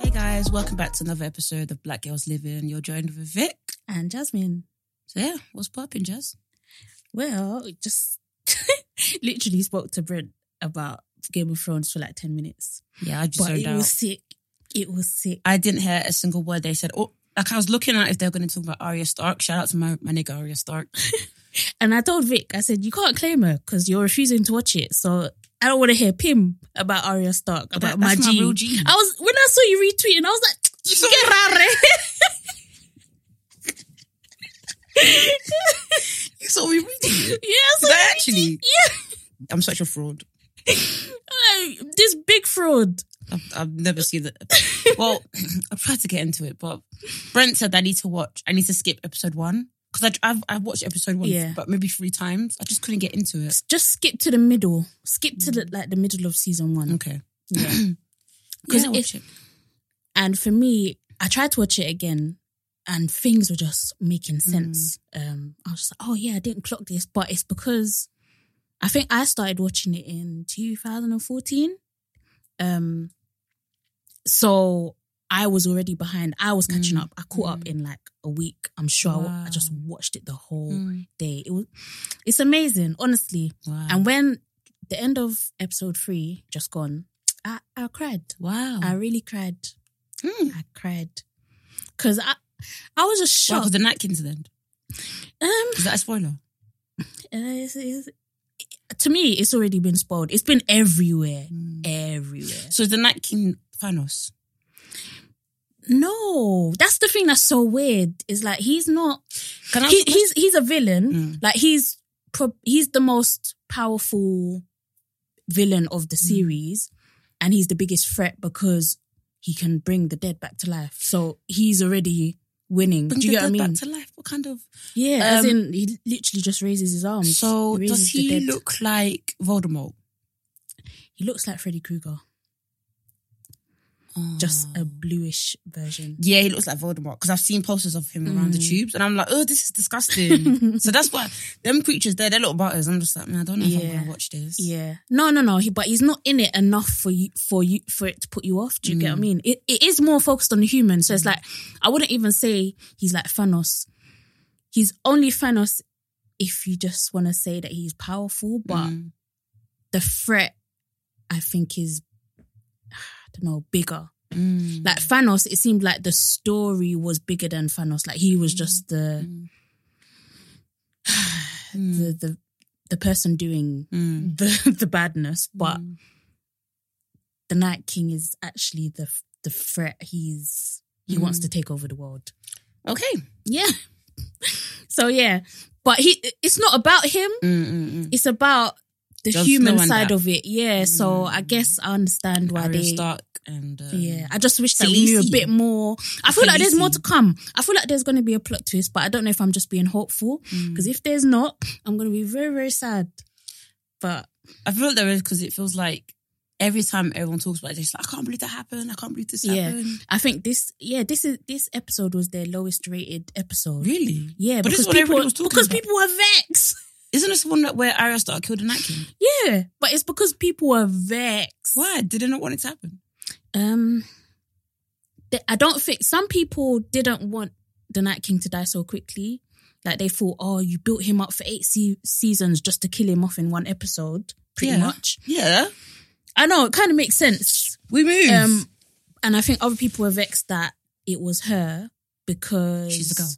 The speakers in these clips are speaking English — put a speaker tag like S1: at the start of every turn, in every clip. S1: Hey guys, welcome back to another episode of Black Girls Living. You're joined with Vic.
S2: and Jasmine.
S1: So yeah, what's popping, Jazz?
S2: Well, it just literally spoke to Brent about Game of Thrones for like 10 minutes.
S1: Yeah, I just
S2: But
S1: zoned
S2: it
S1: out.
S2: was sick. It was sick.
S1: I didn't hear a single word they said. Oh, like I was looking at if they were going to talk about Arya Stark. Shout out to my, my nigga Arya Stark.
S2: And I told Vic, I said, you can't claim her because you're refusing to watch it. So I don't want to hear Pim about Arya Stark, about
S1: That-
S2: my,
S1: that's my
S2: G.
S1: real G.
S2: I was, when I saw you retweeting, I was like, "Qué rare."
S1: you saw me reading.
S2: yeah, I saw
S1: Did I
S2: you
S1: actually?
S2: retweet- Yeah.
S1: I'm such a fraud.
S2: Like, this big fraud.
S1: I've, I've never seen that. Well, I tried to get into it, but Brent said I need to watch. I need to skip episode one because I've I've watched episode one,
S2: Yeah.
S1: but maybe three times. I just couldn't get into it.
S2: Just skip to the middle. Skip to the, like the middle of season one.
S1: Okay,
S2: Yeah.
S1: because
S2: Yeah,
S1: watch it.
S2: And for me, I tried to watch it again and things were just making
S1: Mm.
S2: sense. Um, I was just like, oh yeah, I didn't clock this, but it's because I think I started watching it in 2014. Um, so I was already behind. I was catching
S1: Mm.
S2: up. I caught up
S1: Mm.
S2: in like a week. I'm sure I wa- I,
S1: Wow.
S2: just watched it the whole
S1: Mm.
S2: day. It was, it's amazing, honestly.
S1: Wow.
S2: And when the end of episode three just gone, I, I cried.
S1: wow.
S2: I really cried.
S1: Mm.
S2: I cried because I I was just
S1: Wow, 'cause
S2: shocked.
S1: the Nightkins then.
S2: um,
S1: Is that a spoiler?
S2: and it's- it's- to me, it's already been spoiled. It's been everywhere, everywhere.
S1: So is the Night King Thanos?
S2: No, that's the thing that's so weird. Is like he's not.
S1: Can I
S2: he,
S1: ask a
S2: he's he's a villain.
S1: Mm.
S2: Like he's pro- he's the most powerful villain of
S1: Mm.
S2: the series, and he's the biggest threat because he can bring the dead back to life. So he's already winning.
S1: Bring
S2: Do you
S1: the
S2: get what I
S1: dead
S2: mean?
S1: back to life. What kind of?
S2: Yeah, as
S1: Um,
S2: in he literally just raises his arms.
S1: So
S2: Um, He
S1: does
S2: raises the
S1: he
S2: dead.
S1: look like Voldemort?
S2: He looks like Freddy Krueger, just
S1: Ah.
S2: a bluish version.
S1: Yeah, he looks like Voldemort because I've seen posters of him around the
S2: Mm.
S1: tubes, and I'm like, oh, this is disgusting. so that's why them creatures there, they're little butters. I'm just like, man, I don't know if I'm
S2: Yeah.
S1: gonna watch this.
S2: Yeah, no, no, no. He, but he's not in it enough for you for you for it to put you off. Do you get
S1: Mm.
S2: what I mean? It, it is more focused on the human. So it's like I wouldn't even say he's like Thanos. He's only Thanos if you just want to say that he's powerful, but
S1: Mm.
S2: the threat I think is I don't know bigger.
S1: Mm.
S2: Like Thanos, it seemed like the story was bigger than Thanos. Like he was just the
S1: Mm.
S2: the the, the person doing
S1: Mm.
S2: the the badness, but
S1: Mm.
S2: the Night King is actually the the threat. He's he wants
S1: Mm.
S2: to take over the world.
S1: okay.
S2: Yeah. so yeah, but he it's not about him.
S1: Mm, mm, mm.
S2: It's about the
S1: Jon
S2: human
S1: Snow and
S2: side
S1: that. Mm.
S2: of it. Yeah. So I guess I understand why
S1: Arya
S2: they
S1: Stark and um,
S2: Yeah, I just wish that we knew a
S1: Khaleesi.
S2: bit more. I feel like there's more
S1: Khaleesi.
S2: to come. I feel like there's going to be a plot twist, but I don't know if I'm just being hopeful
S1: mm.
S2: because if there's not, I'm going to be very, very sad. But
S1: I feel like there is because it feels like every time everyone talks about it, it's like, I can't believe that happened. I can't believe this
S2: Yeah.
S1: happened.
S2: I think this, yeah, this is this episode was their lowest rated episode.
S1: Really?
S2: Yeah,
S1: But this
S2: because
S1: is what
S2: people
S1: everybody was talking
S2: because
S1: about.
S2: people were vexed.
S1: Isn't this the one that where Arya Stark killed a Night King?
S2: Yeah, but it's because people were vexed.
S1: Why? Did they not want it to happen?
S2: Um, th- I don't think some people didn't want the Night King to die so quickly. Like they thought, oh, you built him up for eight se- seasons just to kill him off in one episode, pretty
S1: Yeah.
S2: much.
S1: Yeah.
S2: I know it kind of makes sense.
S1: We move.
S2: Um, and I think other people were vexed that it was her because
S1: She's a girl.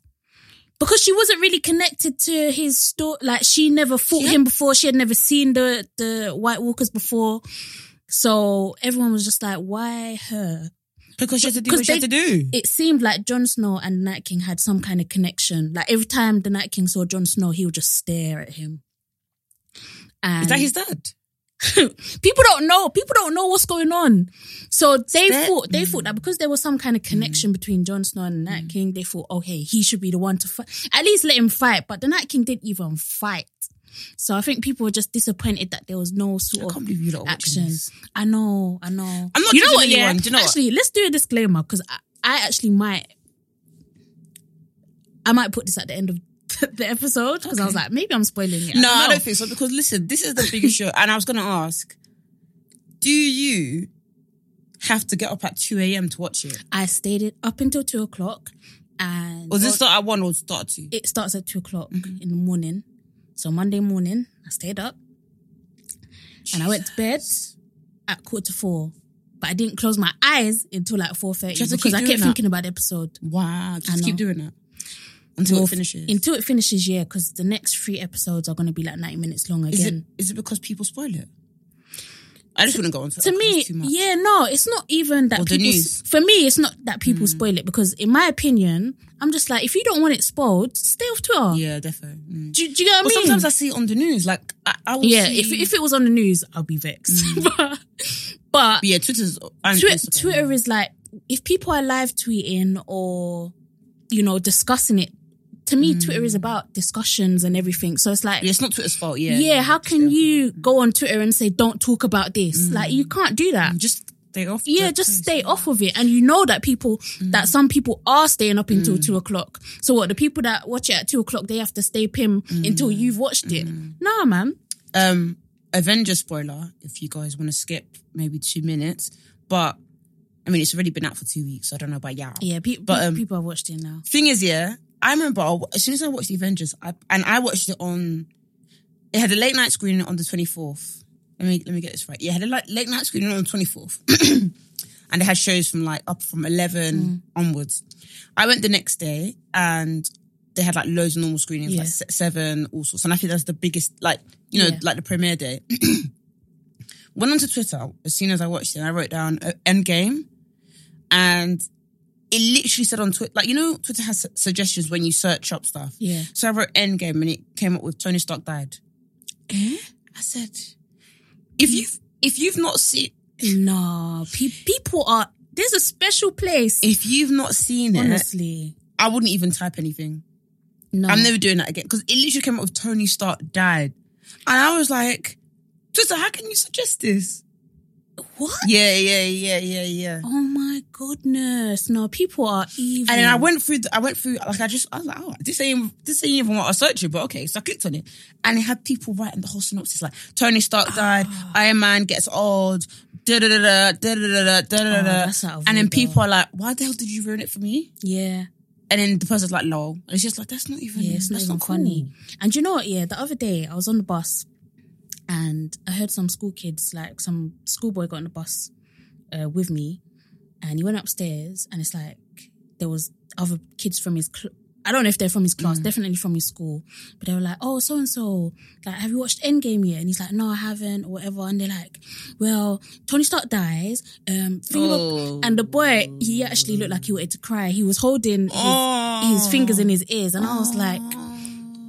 S2: Because she wasn't really connected to his story. Like she never fought
S1: Yeah.
S2: him before. She had never seen the the White Walkers before. So everyone was just like, why her?
S1: because she had to do
S2: 'cause
S1: what she had to
S2: they-
S1: do.
S2: It seemed like Jon Snow and Night King had some kind of connection. Like every time the Night King saw Jon Snow, he would just stare at him. And
S1: Is that his dad?
S2: people don't know. People don't know what's going on. So they
S1: That-
S2: thought they thought that because there was some kind of connection between Jon Snow and
S1: Mm.
S2: Nat King, they thought, okay, he should be the one to fight. At least let him fight. But the Nat King didn't even fight. So I think people were just disappointed that there was no
S1: I
S2: sort
S1: can't
S2: of
S1: believe you lot are watching
S2: action.
S1: this.
S2: I know, I know.
S1: I'm not
S2: You know
S1: judging
S2: what? Yeah,
S1: anyone, do you know what?
S2: actually, let's do a disclaimer because I, I actually might, I might put this at the end of the episode because I was like, maybe I'm spoiling it.
S1: No,
S2: I
S1: I don't think so. Because listen, this is the biggest show, and I was going to ask: Do you have to get up at two a.m. to watch it,
S2: I stayed it up until two o'clock, and
S1: or does it start at one or start at two?
S2: it starts at two o'clock
S1: Mm-hmm.
S2: in the morning. So Monday morning, I stayed up and I went to bed at quarter to four. But I didn't close my eyes until like four thirty
S1: Just to
S2: because
S1: keep
S2: I
S1: doing
S2: kept
S1: that.
S2: thinking about the episode
S1: Wow,
S2: I
S1: just
S2: know.
S1: keep doing that until
S2: Well,
S1: it finishes.
S2: Until it finishes, yeah, because the next three episodes are going to be like ninety minutes long
S1: is it
S2: again.
S1: is it because people spoil it? I just wouldn't go on to,
S2: To me, yeah, no, it's not even that
S1: Or the
S2: people.
S1: news. Mm.
S2: For me, it's not that people spoil it because, in my opinion, I'm just like, if you don't want it spoiled, stay off Twitter.
S1: yeah, definitely. Mm.
S2: Do, do you get
S1: But
S2: what I mean?
S1: sometimes I see it on the news, like I, I will
S2: Yeah,
S1: see-
S2: if if it was on the news, I'll be vexed. but but
S1: yeah, Twitter's and
S2: Twi-
S1: Mm. Instagram.
S2: Twitter is like if people are live tweeting or you know discussing it. To me, Twitter is about discussions and everything. So it's
S1: Mm.
S2: like,
S1: Yeah,
S2: yeah,
S1: it's not Twitter's fault. Yeah,
S2: how can you go on Twitter and say don't talk
S1: Mm.
S2: about this? Like you can't do that.
S1: Um, just stay off?
S2: Yeah,
S1: the
S2: just
S1: place.
S2: stay off of it. And you know that people,
S1: Mm.
S2: that some people are staying up until two o'clock. So what, the people that watch it at two o'clock, they have to stay pim
S1: Mm.
S2: until you've watched it. Nah, man.
S1: um Avenger spoiler if you guys want to skip maybe two minutes. But I mean, it's already been out for two weeks, so I don't know about y'all.
S2: Yeah, pe-
S1: But, um,
S2: people have watched it now.
S1: Thing is, yeah, I remember I wa- as soon as I watched the Avengers, I and I watched it on. It had a late night screening on the twenty fourth. Let me let me get this right. Yeah, it had a late, late night screening on the twenty fourth, and it had shows from like up from
S2: Mm.
S1: eleven onwards. I went the next day and. They had like loads of normal screenings,
S2: Yeah.
S1: like se- seven, all sorts. And I think that's the biggest, like, you know,
S2: Yeah.
S1: like the premiere day. Went onto Twitter as soon as I watched it. and I wrote down uh, Endgame and it literally said on Twitter, like you know, Twitter has su- suggestions when you search up stuff.
S2: Yeah.
S1: So I wrote Endgame and it came up with Tony Stark died. I said, if you've if you've not seen
S2: No, pe- people are. There's a special place.
S1: if you've not seen it,
S2: Honestly,
S1: I wouldn't even type anything.
S2: no.
S1: I'm never doing that again because it literally came up with Tony Stark died, and I was like, Twitter, how can you suggest this?
S2: what?
S1: Yeah, yeah, yeah, yeah, yeah.
S2: Oh my goodness! No, people are evil.
S1: And then I went through, the, I went through, like I just, I was like, oh, this ain't, this ain't even what I searched for, but okay. So I clicked on it and it had people writing the whole synopsis like, Tony Stark died, Iron Man gets old, da da da da, da da da da da
S2: Oh, that's out
S1: da.
S2: of
S1: And then
S2: order.
S1: people are like, why the hell did you ruin it for me?
S2: Yeah,
S1: And then the person's like, lol. And it's just like, that's not even,
S2: yeah. It's not
S1: that's
S2: even
S1: not cool.
S2: funny. And you know what? Yeah, the other day I was on the bus, and I heard some school kids, like some schoolboy, got on the bus uh, with me, and he went upstairs, and it's like there was other kids from his. Cl- I don't know if they're from his
S1: Mm.
S2: class, definitely from his school. But they were like, "Oh, so and so, like, have you watched Endgame yet?" And he's like, "No, I haven't," or whatever. And they're like, "Well, Tony Stark dies." Um, think about-"
S1: Oh.
S2: and the boy, he actually looked like he wanted to cry. He was holding his,
S1: Oh.
S2: his fingers in his ears, and I was like,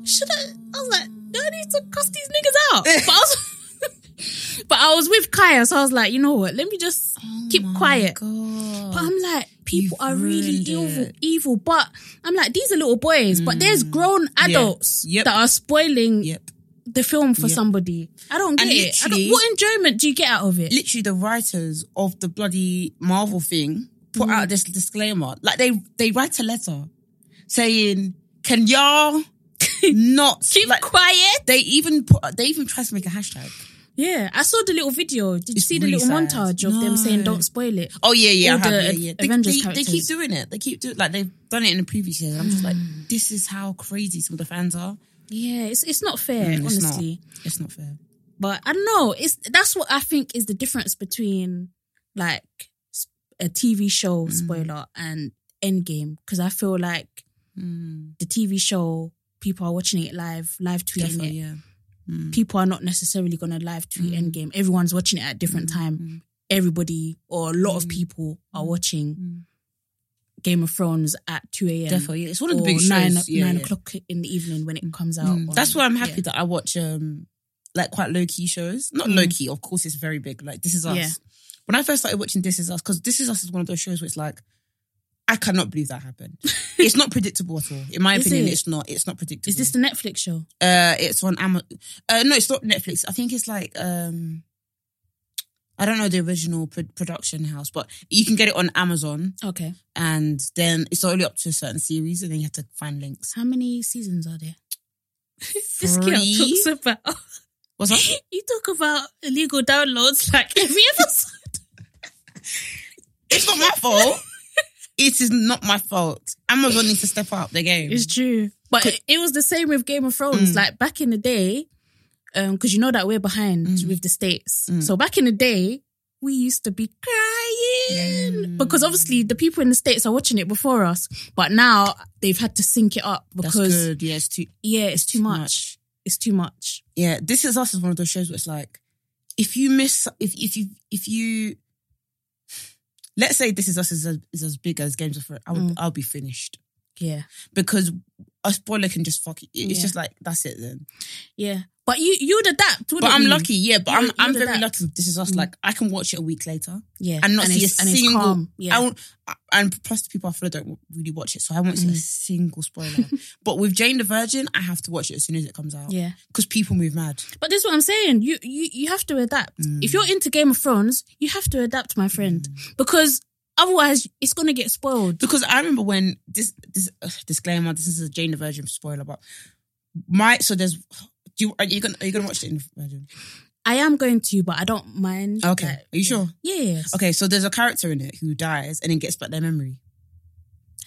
S2: "Should I?" I was like, "Do I need to cuss these niggas out?" But I was, but I was with Kaya, so I was like, "You know what? Let me just keep quiet." But
S1: Oh God.
S2: I'm like, people
S1: You've
S2: are really
S1: ruined
S2: evil,
S1: it. Mm.
S2: evil. But I'm like, these are little boys, but there's grown adults
S1: Yep.
S2: that are spoiling
S1: Yep.
S2: the film for somebody. I don't get
S1: And
S2: it. I don't,
S1: literally-
S2: what enjoyment do you get out of it?
S1: literally the writers of the bloody Marvel thing put out this disclaimer. Like they they write a letter saying, "Can y'all not
S2: Keep
S1: like?"
S2: quiet.
S1: They even put they even tried to make a hashtag.
S2: Yeah, I saw the little video. Did you
S1: It's
S2: see the
S1: really
S2: little
S1: sad.
S2: montage of them saying
S1: No.
S2: "Don't spoil it"?
S1: Oh yeah, yeah,
S2: All
S1: I have,
S2: the
S1: yeah, yeah.
S2: Ad-
S1: They,
S2: Avengers
S1: they, they keep
S2: characters.
S1: doing it. They keep doing like they've done it in the previous years. And I'm just like, this is how crazy some of the fans are.
S2: Yeah, it's it's not fair,
S1: Mm, it's not.
S2: honestly.
S1: It's not fair.
S2: But I don't know. It's that's what I think is the difference between like s- a TV
S1: Mm.
S2: show spoiler and Endgame because I feel like
S1: Mm.
S2: the TV show people are watching it live, live tweeting
S1: Definitely, Mm.
S2: it.
S1: yeah. Mm.
S2: People are not necessarily gonna live tweet Endgame. Everyone's watching it at
S1: Mm.
S2: different time. Everybody or a lot of people are watching Game of Thrones at two a.m.
S1: Mm. Definitely, yeah. It's one of the
S2: or
S1: big shows.
S2: nine,
S1: yeah,
S2: nine
S1: yeah.
S2: o'clock in the evening when it comes out.
S1: Mm.
S2: on-
S1: That's why I'm happy
S2: yeah.
S1: that I watch um like quite low key shows. Not low key, of course, it's very big. Like This Is Us.
S2: Mm. Yeah.
S1: When I first started watching This Is Us, because This Is Us is one of those shows where it's like, I cannot believe that happened. it's not predictable at all. In my
S2: Is
S1: opinion,
S2: it?
S1: it's not. It's not predictable.
S2: Is this the Netflix show?
S1: Uh, it's on Amazon. Uh, no, it's not Netflix. I think it's like um, I don't know the original pro- production house, but you can get it on Amazon,
S2: Okay.
S1: and then it's only up to a certain series, and then you have to find links.
S2: How many seasons are there? This girl
S1: Three?
S2: talks about.
S1: What's that?
S2: You talk about illegal downloads like every episode.
S1: it's not my fault. It is not my fault. Amazon needs to step up the game.
S2: It's true. But it, it was the same with Game of Thrones. Like back in the day, because you know that we're behind with the States. So back in the day, we used to be crying because obviously the people in the States are watching it before us. But now they've had to sync it up
S1: That's
S2: because,
S1: good. Yeah, it's too.
S2: yeah, it's too much. It's too much.
S1: yeah, This Is Us is one of those shows where it's like, if you miss, if if you if you, let's say This Is Us is as, is as big as Games of Thrones, I would,
S2: Mm.
S1: I'll be finished
S2: Yeah.
S1: because a spoiler can just fuck it. It's
S2: Yeah.
S1: just like that's it then.
S2: Yeah. But you, you'd adapt, wouldn't
S1: But I'm
S2: you?
S1: lucky, yeah. But
S2: You-
S1: I'm
S2: you
S1: I'm
S2: did
S1: very
S2: that.
S1: lucky. With this is
S2: Mm.
S1: us. Like I can watch it a week later
S2: Yeah.
S1: and not see a
S2: it's- and it's
S1: single.
S2: calm.
S1: I
S2: Yeah.
S1: won't, and plus the people I follow don't really watch it, so I won't
S2: Mm.
S1: see a single spoiler. but with Jane the Virgin, I have to watch it as soon as it comes out.
S2: Yeah.
S1: because people move mad.
S2: But this is what I'm saying. You you you have to adapt.
S1: Mm.
S2: If you're into Game of Thrones, you have to adapt, my friend, because otherwise it's gonna get spoiled.
S1: Because I remember when this this ugh, disclaimer. This is a Jane the Virgin spoiler, but my so there's. Do you, are you gonna are you gonna watch it in Virgin?
S2: I am going to, but I don't mind.
S1: Okay.
S2: that-
S1: Are you sure?
S2: Yeah. Yes.
S1: Okay, so there's a character in it who dies and then gets back their memory.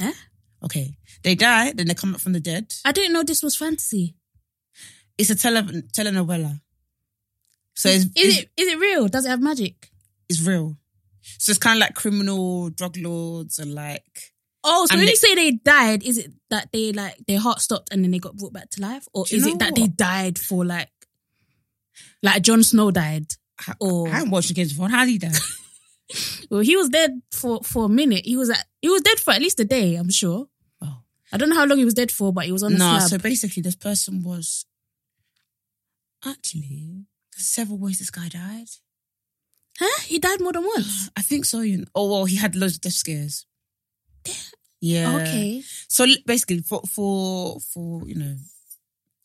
S2: Huh?
S1: Okay, they die, then they come up from the dead.
S2: I didn't know this was fantasy.
S1: It's a tele- telenovela, so it's
S2: Is
S1: it's,
S2: it is it real? Does it have magic?
S1: it's real. So it's kind of like criminal drug lords and like
S2: Oh, so
S1: And
S2: when
S1: they-
S2: you say they died, is it that they like their heart stopped and then they got brought back to life, or
S1: Do you
S2: is
S1: know
S2: it that they
S1: what?
S2: died for like, like Jon Snow died?
S1: I,
S2: Oh.
S1: I haven't watched the games before. How did he die?
S2: Well, he was dead for for a minute. He was at, he was dead for at least a day. I'm sure.
S1: oh.
S2: I don't know how long he was dead for, but he was on a
S1: No,
S2: slab.
S1: so basically this person was actually there's several ways this guy died.
S2: Huh? He died more than once.
S1: I think so. You know. Oh well, he had loads of death scares. Yeah.
S2: Okay.
S1: So l- basically, for for for you know,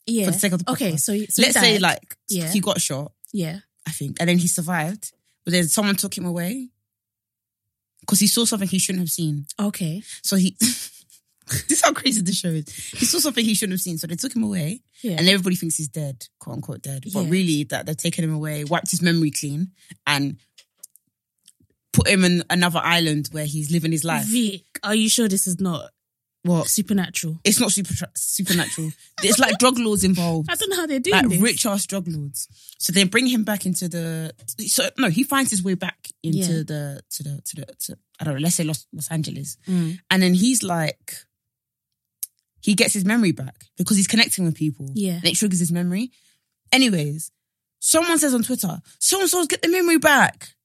S2: Yeah.
S1: for the sake of the
S2: okay.
S1: podcast.
S2: So, so
S1: let's
S2: he
S1: say
S2: died.
S1: like
S2: Yeah.
S1: he got shot,
S2: yeah.
S1: I think, and then he survived, but then someone took him away because he saw something he shouldn't have seen.
S2: Okay.
S1: So he, this is how crazy the show is. He saw something he shouldn't have seen, so they took him away,
S2: Yeah.
S1: and everybody thinks he's dead, quote unquote dead, but
S2: Yeah.
S1: really that they've taken him away, wiped his memory clean, and put him in another island where he's living his life.
S2: Vic, are you sure this is not
S1: What?
S2: supernatural?
S1: It's not super supernatural. It's like drug lords involved.
S2: I don't know how they're doing
S1: like
S2: this.
S1: rich ass drug lords. So they bring him back into the. So no, he finds his way back into
S2: Yeah.
S1: the to the to the to, I don't know. Let's say Los, Los Angeles,
S2: Mm.
S1: and then he's like, he gets his memory back because he's connecting with people.
S2: Yeah.
S1: and it triggers his memory. Anyways, someone says on Twitter, "So and so's get the memory back."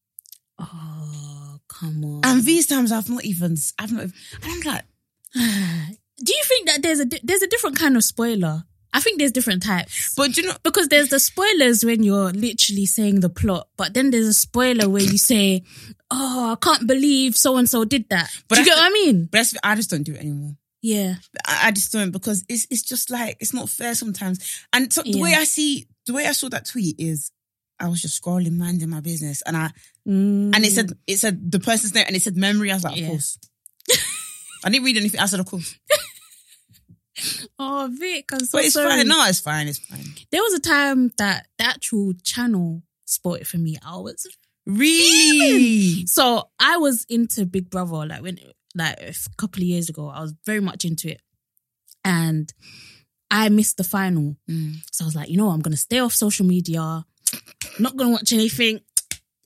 S2: Oh, come on.
S1: And these times I've not even I've not. Even, and I'm like,
S2: Do you think that there's a di- there's a different kind of spoiler? I think there's different types.
S1: but do you know?
S2: because there's the spoilers when you're literally saying the plot, but then there's a spoiler where you say, "Oh, I can't believe so and so did that."
S1: But
S2: do you
S1: I-
S2: get what I mean?
S1: But that's- I just don't do it anymore.
S2: Yeah.
S1: I, I just don't because it's it's just like it's not fair sometimes. And so the
S2: Yeah.
S1: way I see the way I saw that tweet is I was just scrolling, minding my business, and I
S2: Mm.
S1: and it said it said the person's name and it said memory. I was like, of
S2: Yeah.
S1: course. I didn't read anything. I said, of course.
S2: Oh, Vic, I'm so
S1: But it's
S2: sorry.
S1: fine. No, it's fine. It's fine.
S2: There was a time that the actual channel spoiled for me. I was
S1: Really?
S2: so I was into Big Brother like when like a couple of years ago. I was very much into it, and I missed the final.
S1: Mm.
S2: So I was like, you know, I'm gonna stay off social media. Not gonna watch anything.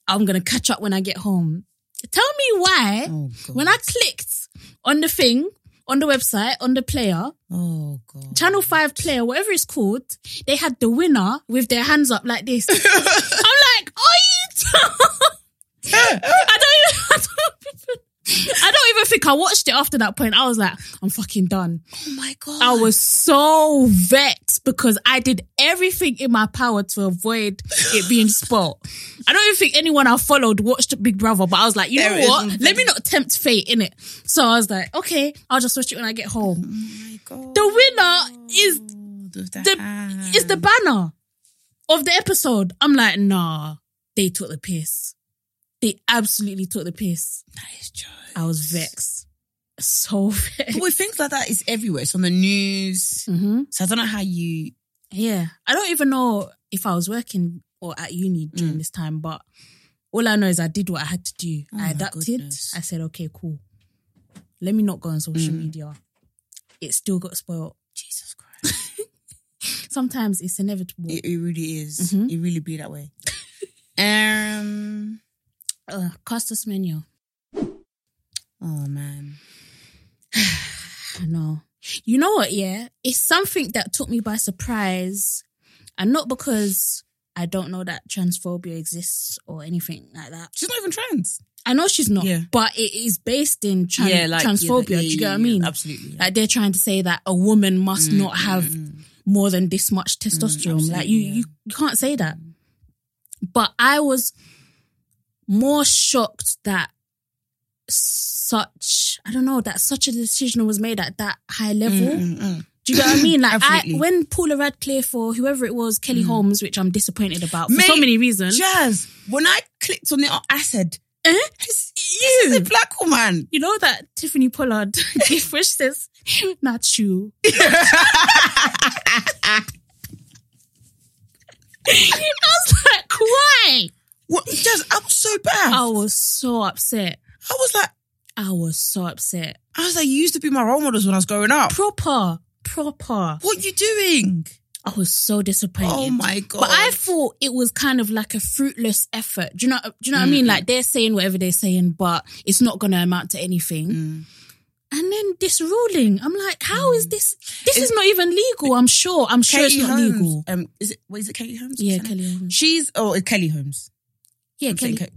S2: I'm gonna catch up when I get home. Tell me why
S1: Oh god.
S2: when I clicked on the thing on the website on the player
S1: oh god.
S2: Channel 5 player, whatever it's called, they had the winner with their hands up like this. I'm like,
S1: Oh,
S2: Oh are you? I don't even, I don't even, I don't even think think I watched it after that point. I was like, I'm fucking done.
S1: Oh my god!
S2: I was so vexed because I did everything in my power to avoid it being spoiled. I don't even think anyone I followed watched Big Brother, but I was like, you
S1: There
S2: know
S1: is
S2: what?
S1: something.
S2: Let me not tempt fate in it. So I was like, okay, I'll just watch it when I get home.
S1: Oh my god! Oh,
S2: The winner is
S1: the,
S2: the is the banner of the episode. I'm like, nah, they took the piss. They absolutely took the piss.
S1: that is joke.
S2: I was vexed, so vexed.
S1: But with things like that, it's everywhere. It's on the news.
S2: Mm-hmm.
S1: So I don't know how you.
S2: Yeah. I don't even know if I was working or at uni during this time, but all I know is I did what I had to do.
S1: Mm. Oh my
S2: I adapted.
S1: goodness. Mm.
S2: I said, okay, cool. Let me not go on social media. It still got spoiled.
S1: Jesus Christ!
S2: Sometimes it's inevitable.
S1: it, it really is.
S2: Mhm.
S1: It really be that way. um.
S2: Uh, Costas menu.
S1: Oh man.
S2: I know. You know what? Yeah. It's something that took me by surprise. And not because I don't know that transphobia exists or anything like that.
S1: She's not even trans.
S2: I know she's not,
S1: Yeah.
S2: but it is based in tran- transphobia. do you get what I mean?
S1: Absolutely. yeah.
S2: Like they're trying to say that a woman must not have more than this much testosterone. like
S1: Mm,
S2: you,
S1: absolutely,
S2: you, you can't say that. But I was more shocked that such I don't know that such a decision was made at that high level.
S1: Mm, mm.
S2: Do you get what I mean? Like I,
S1: Absolutely.
S2: when Paula Radcliffe or whoever it was, Kelly Holmes, which I'm disappointed about for so
S1: Mate,
S2: many reasons.
S1: Jazz. When I clicked on it, I said,
S2: Eh?
S1: "This, this is a black woman."
S2: you know that Tiffany Pollard gift where she says, not you. I was like, why?
S1: What? Jazz, I was so bad.
S2: I was so upset.
S1: I was like,
S2: I was so upset.
S1: I was like, you used to be my role models when I was growing up.
S2: Proper, proper.
S1: What you doing?
S2: I was so disappointed.
S1: Oh my god!
S2: But I thought it was kind of like a fruitless effort. Do you know? Do you know what I mean? Like they're saying whatever they're saying, but it's not going to amount to anything.
S1: Mm.
S2: And then this ruling, I'm like, how is this? This is not even legal. I'm sure. I'm sure
S1: Katie
S2: it's not
S1: Holmes.
S2: legal.
S1: Um, is it? What is it? Katie Holmes? Is
S2: Yeah,
S1: her name?
S2: Kelly Holmes.
S1: She's oh Kelly Holmes.
S2: Yeah,
S1: I'm
S2: Kelly.
S1: saying Ka-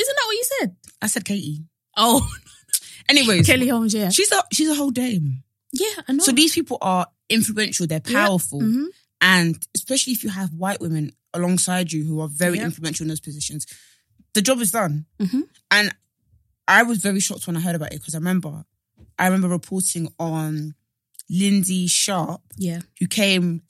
S2: Isn't that what you said?
S1: I said Katie.
S2: Oh,
S1: Anyways,
S2: Kelly Holmes. Yeah,
S1: She's a she's a whole dame.
S2: yeah, I know.
S1: So these people are influential. They're
S2: Yeah.
S1: powerful.
S2: Mhm.
S1: And especially if you have white women alongside you who are very
S2: Yeah.
S1: influential in those positions, the job is done.
S2: Mhm.
S1: And I was very shocked when I heard about it because I remember, I remember reporting on Lindsay Sharp
S2: Yeah,
S1: who came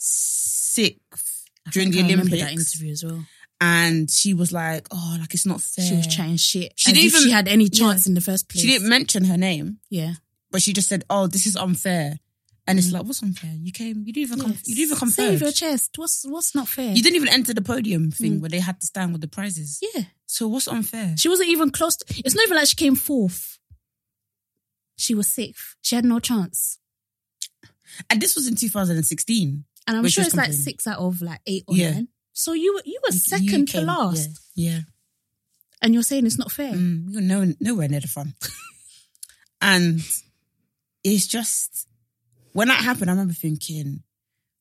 S1: sixth
S2: I
S1: during
S2: think
S1: the
S2: I remember that
S1: Olympics,
S2: interview as well.
S1: and she was like, "Oh, like it's not fair."
S2: She was chatting shit.
S1: She
S2: She didn't
S1: didn't even-
S2: she had any chance in the first place.
S1: She didn't mention her name,
S2: Yeah,
S1: but she just said, "Oh, this is unfair." And it's like, what's unfair? You came, you didn't even come, you didn't even come
S2: Mm. Save
S1: third.
S2: your Mm. chest. What's what's not fair?
S1: You didn't even enter the podium thing where they had to stand with the prizes.
S2: Yeah,
S1: So what's unfair?
S2: she wasn't even close. To, it's not even like she came fourth. She was sixth. She had no chance.
S1: And this was in 2016.
S2: And I'm
S1: Which
S2: sure
S1: is
S2: it's like
S1: complaining.
S2: six out of like eight or
S1: Yeah.
S2: nine. So you were you were
S1: You-
S2: second
S1: you
S2: to
S1: came-
S2: last, Hmm.
S1: Yeah. yeah.
S2: and you're saying it's not fair.
S1: Mm, you're no, nowhere near the front. and it's just, when that happened, I remember thinking,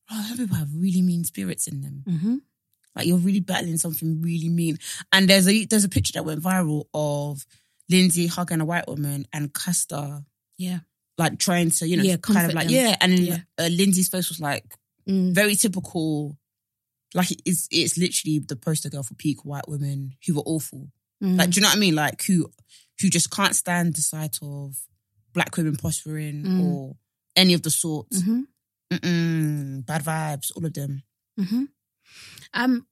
S1: oh, some people have really mean spirits in them.
S2: Mm-hmm.
S1: Like you're really battling something really mean. And there's a there's a picture that went viral of Lindsay hugging a white woman and Custer
S2: Yeah.
S1: like trying to, you know,
S2: Yeah,
S1: kind
S2: comfort
S1: of like,
S2: them.
S1: yeah. And then
S2: Yeah.
S1: Uh, Lindsay's face was like,
S2: Mm.
S1: very typical. Like it's it's literally the poster girl for peak white women who are awful.
S2: Mm.
S1: Like, do you know what I mean? Like who who just can't stand the sight of black women prospering
S2: Mm.
S1: or any of the sorts.
S2: Mhm.
S1: Mm-mm, bad vibes, all of them.
S2: Mm-hmm. Um,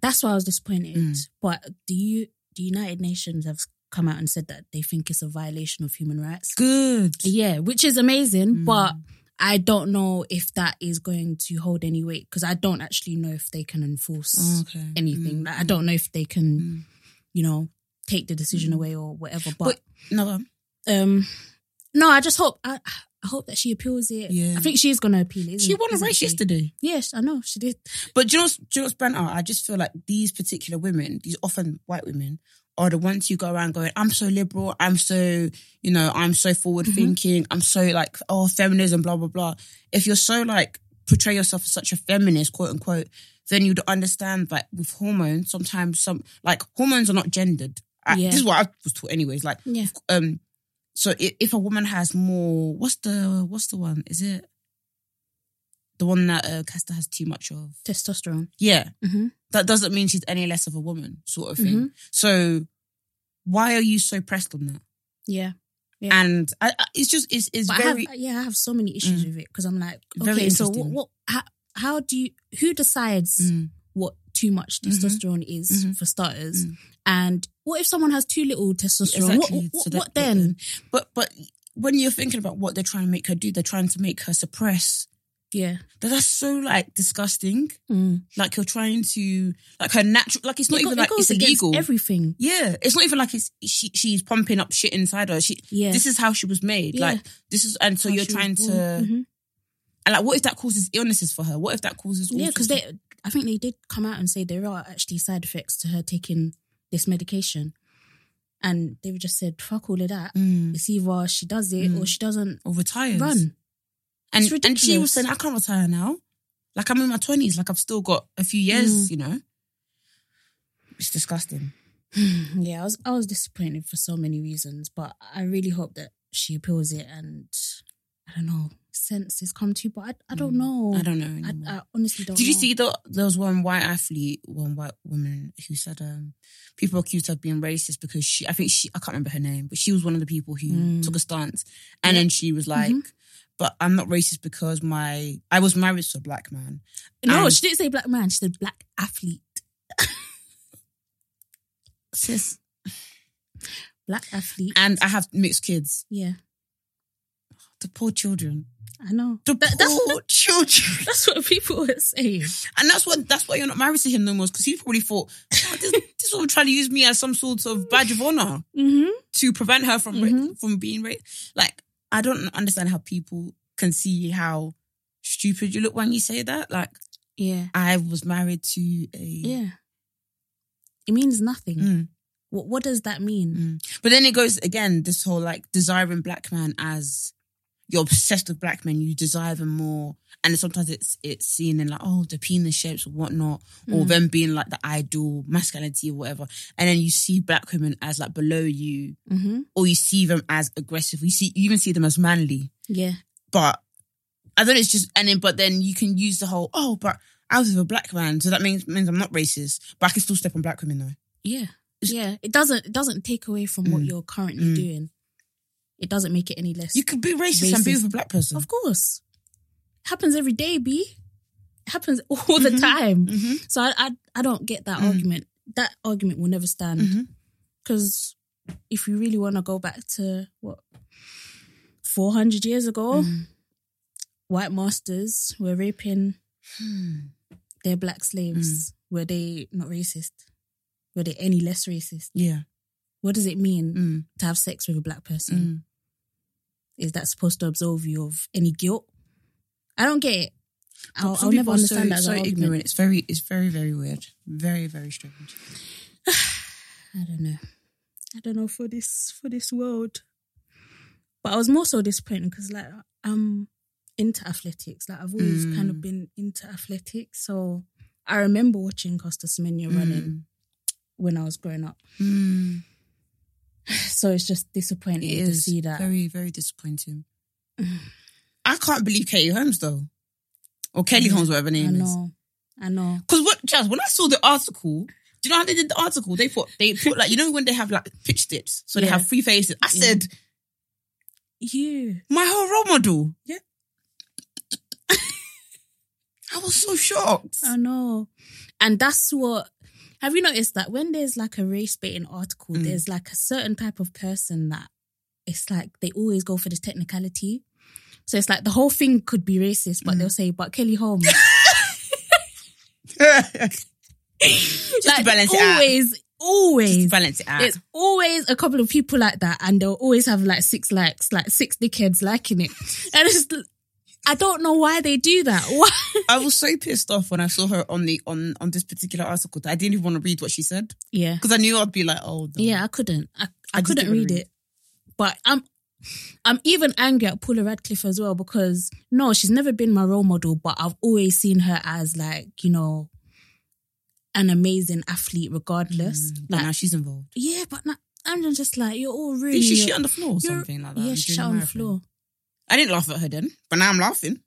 S2: that's why I was disappointed.
S1: Mm.
S2: But the U- the United Nations have come out and said that they think it's a violation of human rights.
S1: Good.
S2: Yeah, which is amazing,
S1: Mm.
S2: but I don't know if that is going to hold any weight because I don't actually know if they can enforce
S1: okay.
S2: anything.
S1: Mm.
S2: Like, I don't know if they can,
S1: Mm.
S2: you know, take the decision
S1: Mm.
S2: away or whatever. But,
S1: No. um,
S2: um, no, I just hope I, I hope that she appeals it.
S1: Yeah.
S2: I think she's gonna appeal it.
S1: She won a race yesterday.
S2: Yes, I know she did.
S1: But do you know, what's- do you know what's banter? I just feel like these particular women, these often white women, are the ones who go around going, I'm so liberal, I'm so, you know, I'm so forward
S2: Mm-hmm.
S1: thinking, I'm so like, oh, feminism, blah, blah, blah. If you're so like, portray yourself as such a feminist, quote unquote, then you'd understand that with hormones, sometimes some, like, hormones are not gendered. I,
S2: Yeah.
S1: This is what I was taught, anyways. Like,
S2: Yeah.
S1: um, So if, if a woman has more, what's the what's the one? Is it the one that uh, Castor has too much of?
S2: Testosterone.
S1: Yeah,
S2: Mm-hmm.
S1: that doesn't mean she's any less of a woman, sort of thing. So why are you so pressed on that?
S2: Yeah.
S1: And I, I, it's just it's it's
S2: But
S1: very Mm.
S2: I have, yeah, I have so many issues with it because I'm like,
S1: Very
S2: okay, so what,
S1: interesting.
S2: what how, how do you, who decides
S1: Mm,
S2: what too much
S1: Mhm.
S2: testosterone is
S1: Mhm.
S2: for starters?
S1: Mm.
S2: And what if someone has too little testosterone? What-
S1: exactly.
S2: What, what,
S1: So that-
S2: what then?
S1: but but when you're thinking about what they're trying to make her do, they're trying to make her suppress.
S2: Yeah.
S1: That that's so like disgusting.
S2: Mm.
S1: Like you're trying to like her natural like it's not
S2: It go-
S1: even
S2: it
S1: like
S2: goes
S1: it's
S2: against
S1: illegal.
S2: Everything.
S1: yeah, it's not even like it's she she's pumping up shit inside her. She
S2: Yeah.
S1: this is how she was made.
S2: Yeah.
S1: Like this is and so
S2: How
S1: you're
S2: she was
S1: trying to
S2: born. Mhm.
S1: and like what if that causes illnesses for her? What if that causes all
S2: Yeah, because
S1: sorts
S2: they, I think they did come out and say there are actually side effects to her taking this medication, and they just said fuck all of that.
S1: of- Mm.
S2: It's either she does it or
S1: Mm.
S2: she doesn't
S1: or retires
S2: run.
S1: and
S2: It's
S1: and she was
S2: ridiculous.
S1: saying I can't retire now. Like I'm in my twenties. Like I've still got a few
S2: Mm.
S1: years. You know, it's disgusting.
S2: yeah, I was I was disappointed for so many reasons, but I really hope that she appeals it and I don't know sense has come to, but I, I don't know.
S1: Mm. I don't know.
S2: Oh, I,
S1: anymore.
S2: I honestly don't.
S1: Did you
S2: know.
S1: see the there was one white athlete, one white woman who said um, people accused her of being racist because she, I think she, I can't remember her name, but she was one of the people who
S2: Mm. Mm-hmm.
S1: took a stance, and then she was like, "But I'm not racist because my I was married to a black man."
S2: No,
S1: and-
S2: she didn't say black man. She said black athlete.
S1: Sis,
S2: Black athlete.
S1: and I have mixed kids.
S2: yeah,
S1: The poor children.
S2: I know.
S1: The
S2: That- that's
S1: poor children.
S2: That's what people were saying.
S1: And that's what that's why you're not married to him no more, because he probably thought "Oh, this, this woman trying to use me as some sort of badge of honor
S2: Mm-hmm.
S1: to prevent her from ra-
S2: Mhm.
S1: from being raped. Like I don't understand how people can see how stupid you look when you say that. Like
S2: Yeah.
S1: I was married to a
S2: Yeah. It means nothing.
S1: Mm.
S2: What What does that mean?
S1: But then it goes again this whole like desiring black man as you're obsessed with black men, you desire them more, and sometimes it's it's seen in like oh the penis shapes or whatnot,
S2: Mm.
S1: or them being like the ideal masculinity or whatever, and then you see black women as like below you,
S2: Mm-hmm.
S1: or you see them as aggressive, you see you even see them as manly,
S2: Yeah.
S1: but I don't know, it's just and then but then you can use the whole oh but I was with a black man, so that means means I'm not racist, but I can still step on black women though.
S2: Yeah.
S1: It's-
S2: Yeah. It doesn't It doesn't take away from what
S1: Mm.
S2: you're currently
S1: Mm.
S2: doing. It doesn't make it any less.
S1: You could be racist, and be
S2: Racist.
S1: with a black person.
S2: of course. Happens every day, B. It happens all the time.
S1: Mhm.
S2: So I, I I don't get that
S1: Mm.
S2: argument. That argument will never stand.
S1: Mhm.
S2: because if you really want to go back to what 400 years ago
S1: Mm.
S2: white masters were raping
S1: Hmm.
S2: their black slaves
S1: Mm.
S2: were they not racist were they any less racist
S1: Yeah.
S2: what does it mean
S1: Mm.
S2: to have sex with a black person
S1: Mm.
S2: is that supposed to absolve you of any guilt i don't get it i'll,
S1: Some
S2: I'll never
S1: people are so-
S2: understand that as
S1: So
S2: an argument.
S1: ignorant. It's very, it's very, very weird. Very, very strange.
S2: I don't know. I don't know for this for this world. But I was more so disappointed because like I'm into athletics. Like I've always
S1: Mm.
S2: kind of been into athletics. So I remember watching Costa Semenya running when I was growing up.
S1: Mm.
S2: So it's just disappointing
S1: It
S2: to
S1: is
S2: see that.
S1: very, very disappointing. I can't believe Katie Holmes though, or Kelly
S2: Yeah,
S1: Holmes, whatever her
S2: Mm. I
S1: name is.
S2: know. I know.
S1: Because what, Jazz? When I saw the article, do you know how they did the article? They put, they put like you know when they have like pitch dips, so they
S2: Yeah.
S1: have three faces. I
S2: Yeah.
S1: said
S2: You.
S1: my whole role model.
S2: Yeah.
S1: I was so shocked.
S2: I know. And that's what have you noticed that when there's like a race baiting article,
S1: Mm.
S2: there's like a certain type of person that it's like they always go for the technicality. So it's like the whole thing could be racist,
S1: Mm.
S2: but they'll say, but Kelly Holmes.
S1: Just to
S2: like,
S1: balance it out.
S2: always,
S1: Just to
S2: always.
S1: balance it out.
S2: It's always a couple of people like that, and they'll always have like six likes, like six dickheads liking it. And it's, I don't know why they do that. Why?
S1: I was so pissed off when I saw her on the on on this particular article that I didn't even want to read what she said
S2: Yeah.
S1: because I knew I'd be like, oh, no.
S2: Yeah, I couldn't. I, I,
S1: I just
S2: couldn't
S1: didn't
S2: read
S1: read.
S2: it. But I'm I'm even angry at Paula Radcliffe as well because no, she's never been my role model, but I've always seen her as like, you know, an amazing athlete regardless.
S1: But
S2: Like
S1: Mm, now she's involved.
S2: yeah, but not, I Amgen's just like, you're all rude.
S1: Did she
S2: you're-
S1: shit on the floor or
S2: you're-
S1: something like that?
S2: Yeah,
S1: during
S2: she shit on the
S1: marathon?
S2: floor.
S1: I didn't laugh at her then, but now I'm laughing.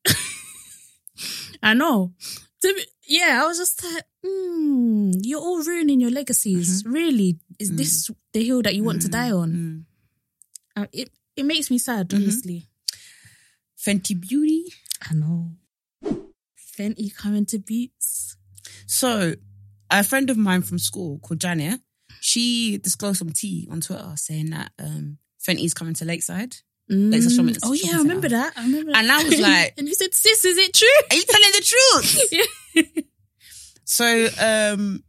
S2: I know. To be- yeah, I was just like, mm, you're all ruining your legacies. Really, is
S1: Mm-hmm. Mm.
S2: this the hill that you want to die on?
S1: Mm.
S2: Uh, it it makes me sad,
S1: Mhm.
S2: honestly.
S1: Fenty Beauty.
S2: I know. Fenty coming to beats.
S1: So, a friend of mine from school called Janet, she disclosed some tea on Twitter saying that um, Fenty's coming to Lakeside. Like, it's a shopping- it's a
S2: oh yeah, I
S1: shopping
S2: remember
S1: centre.
S2: that. I remember that.
S1: And I was like-
S2: and you said, "Sis, is it true?"
S1: Are you telling the truth?
S2: Yeah.
S1: So, um,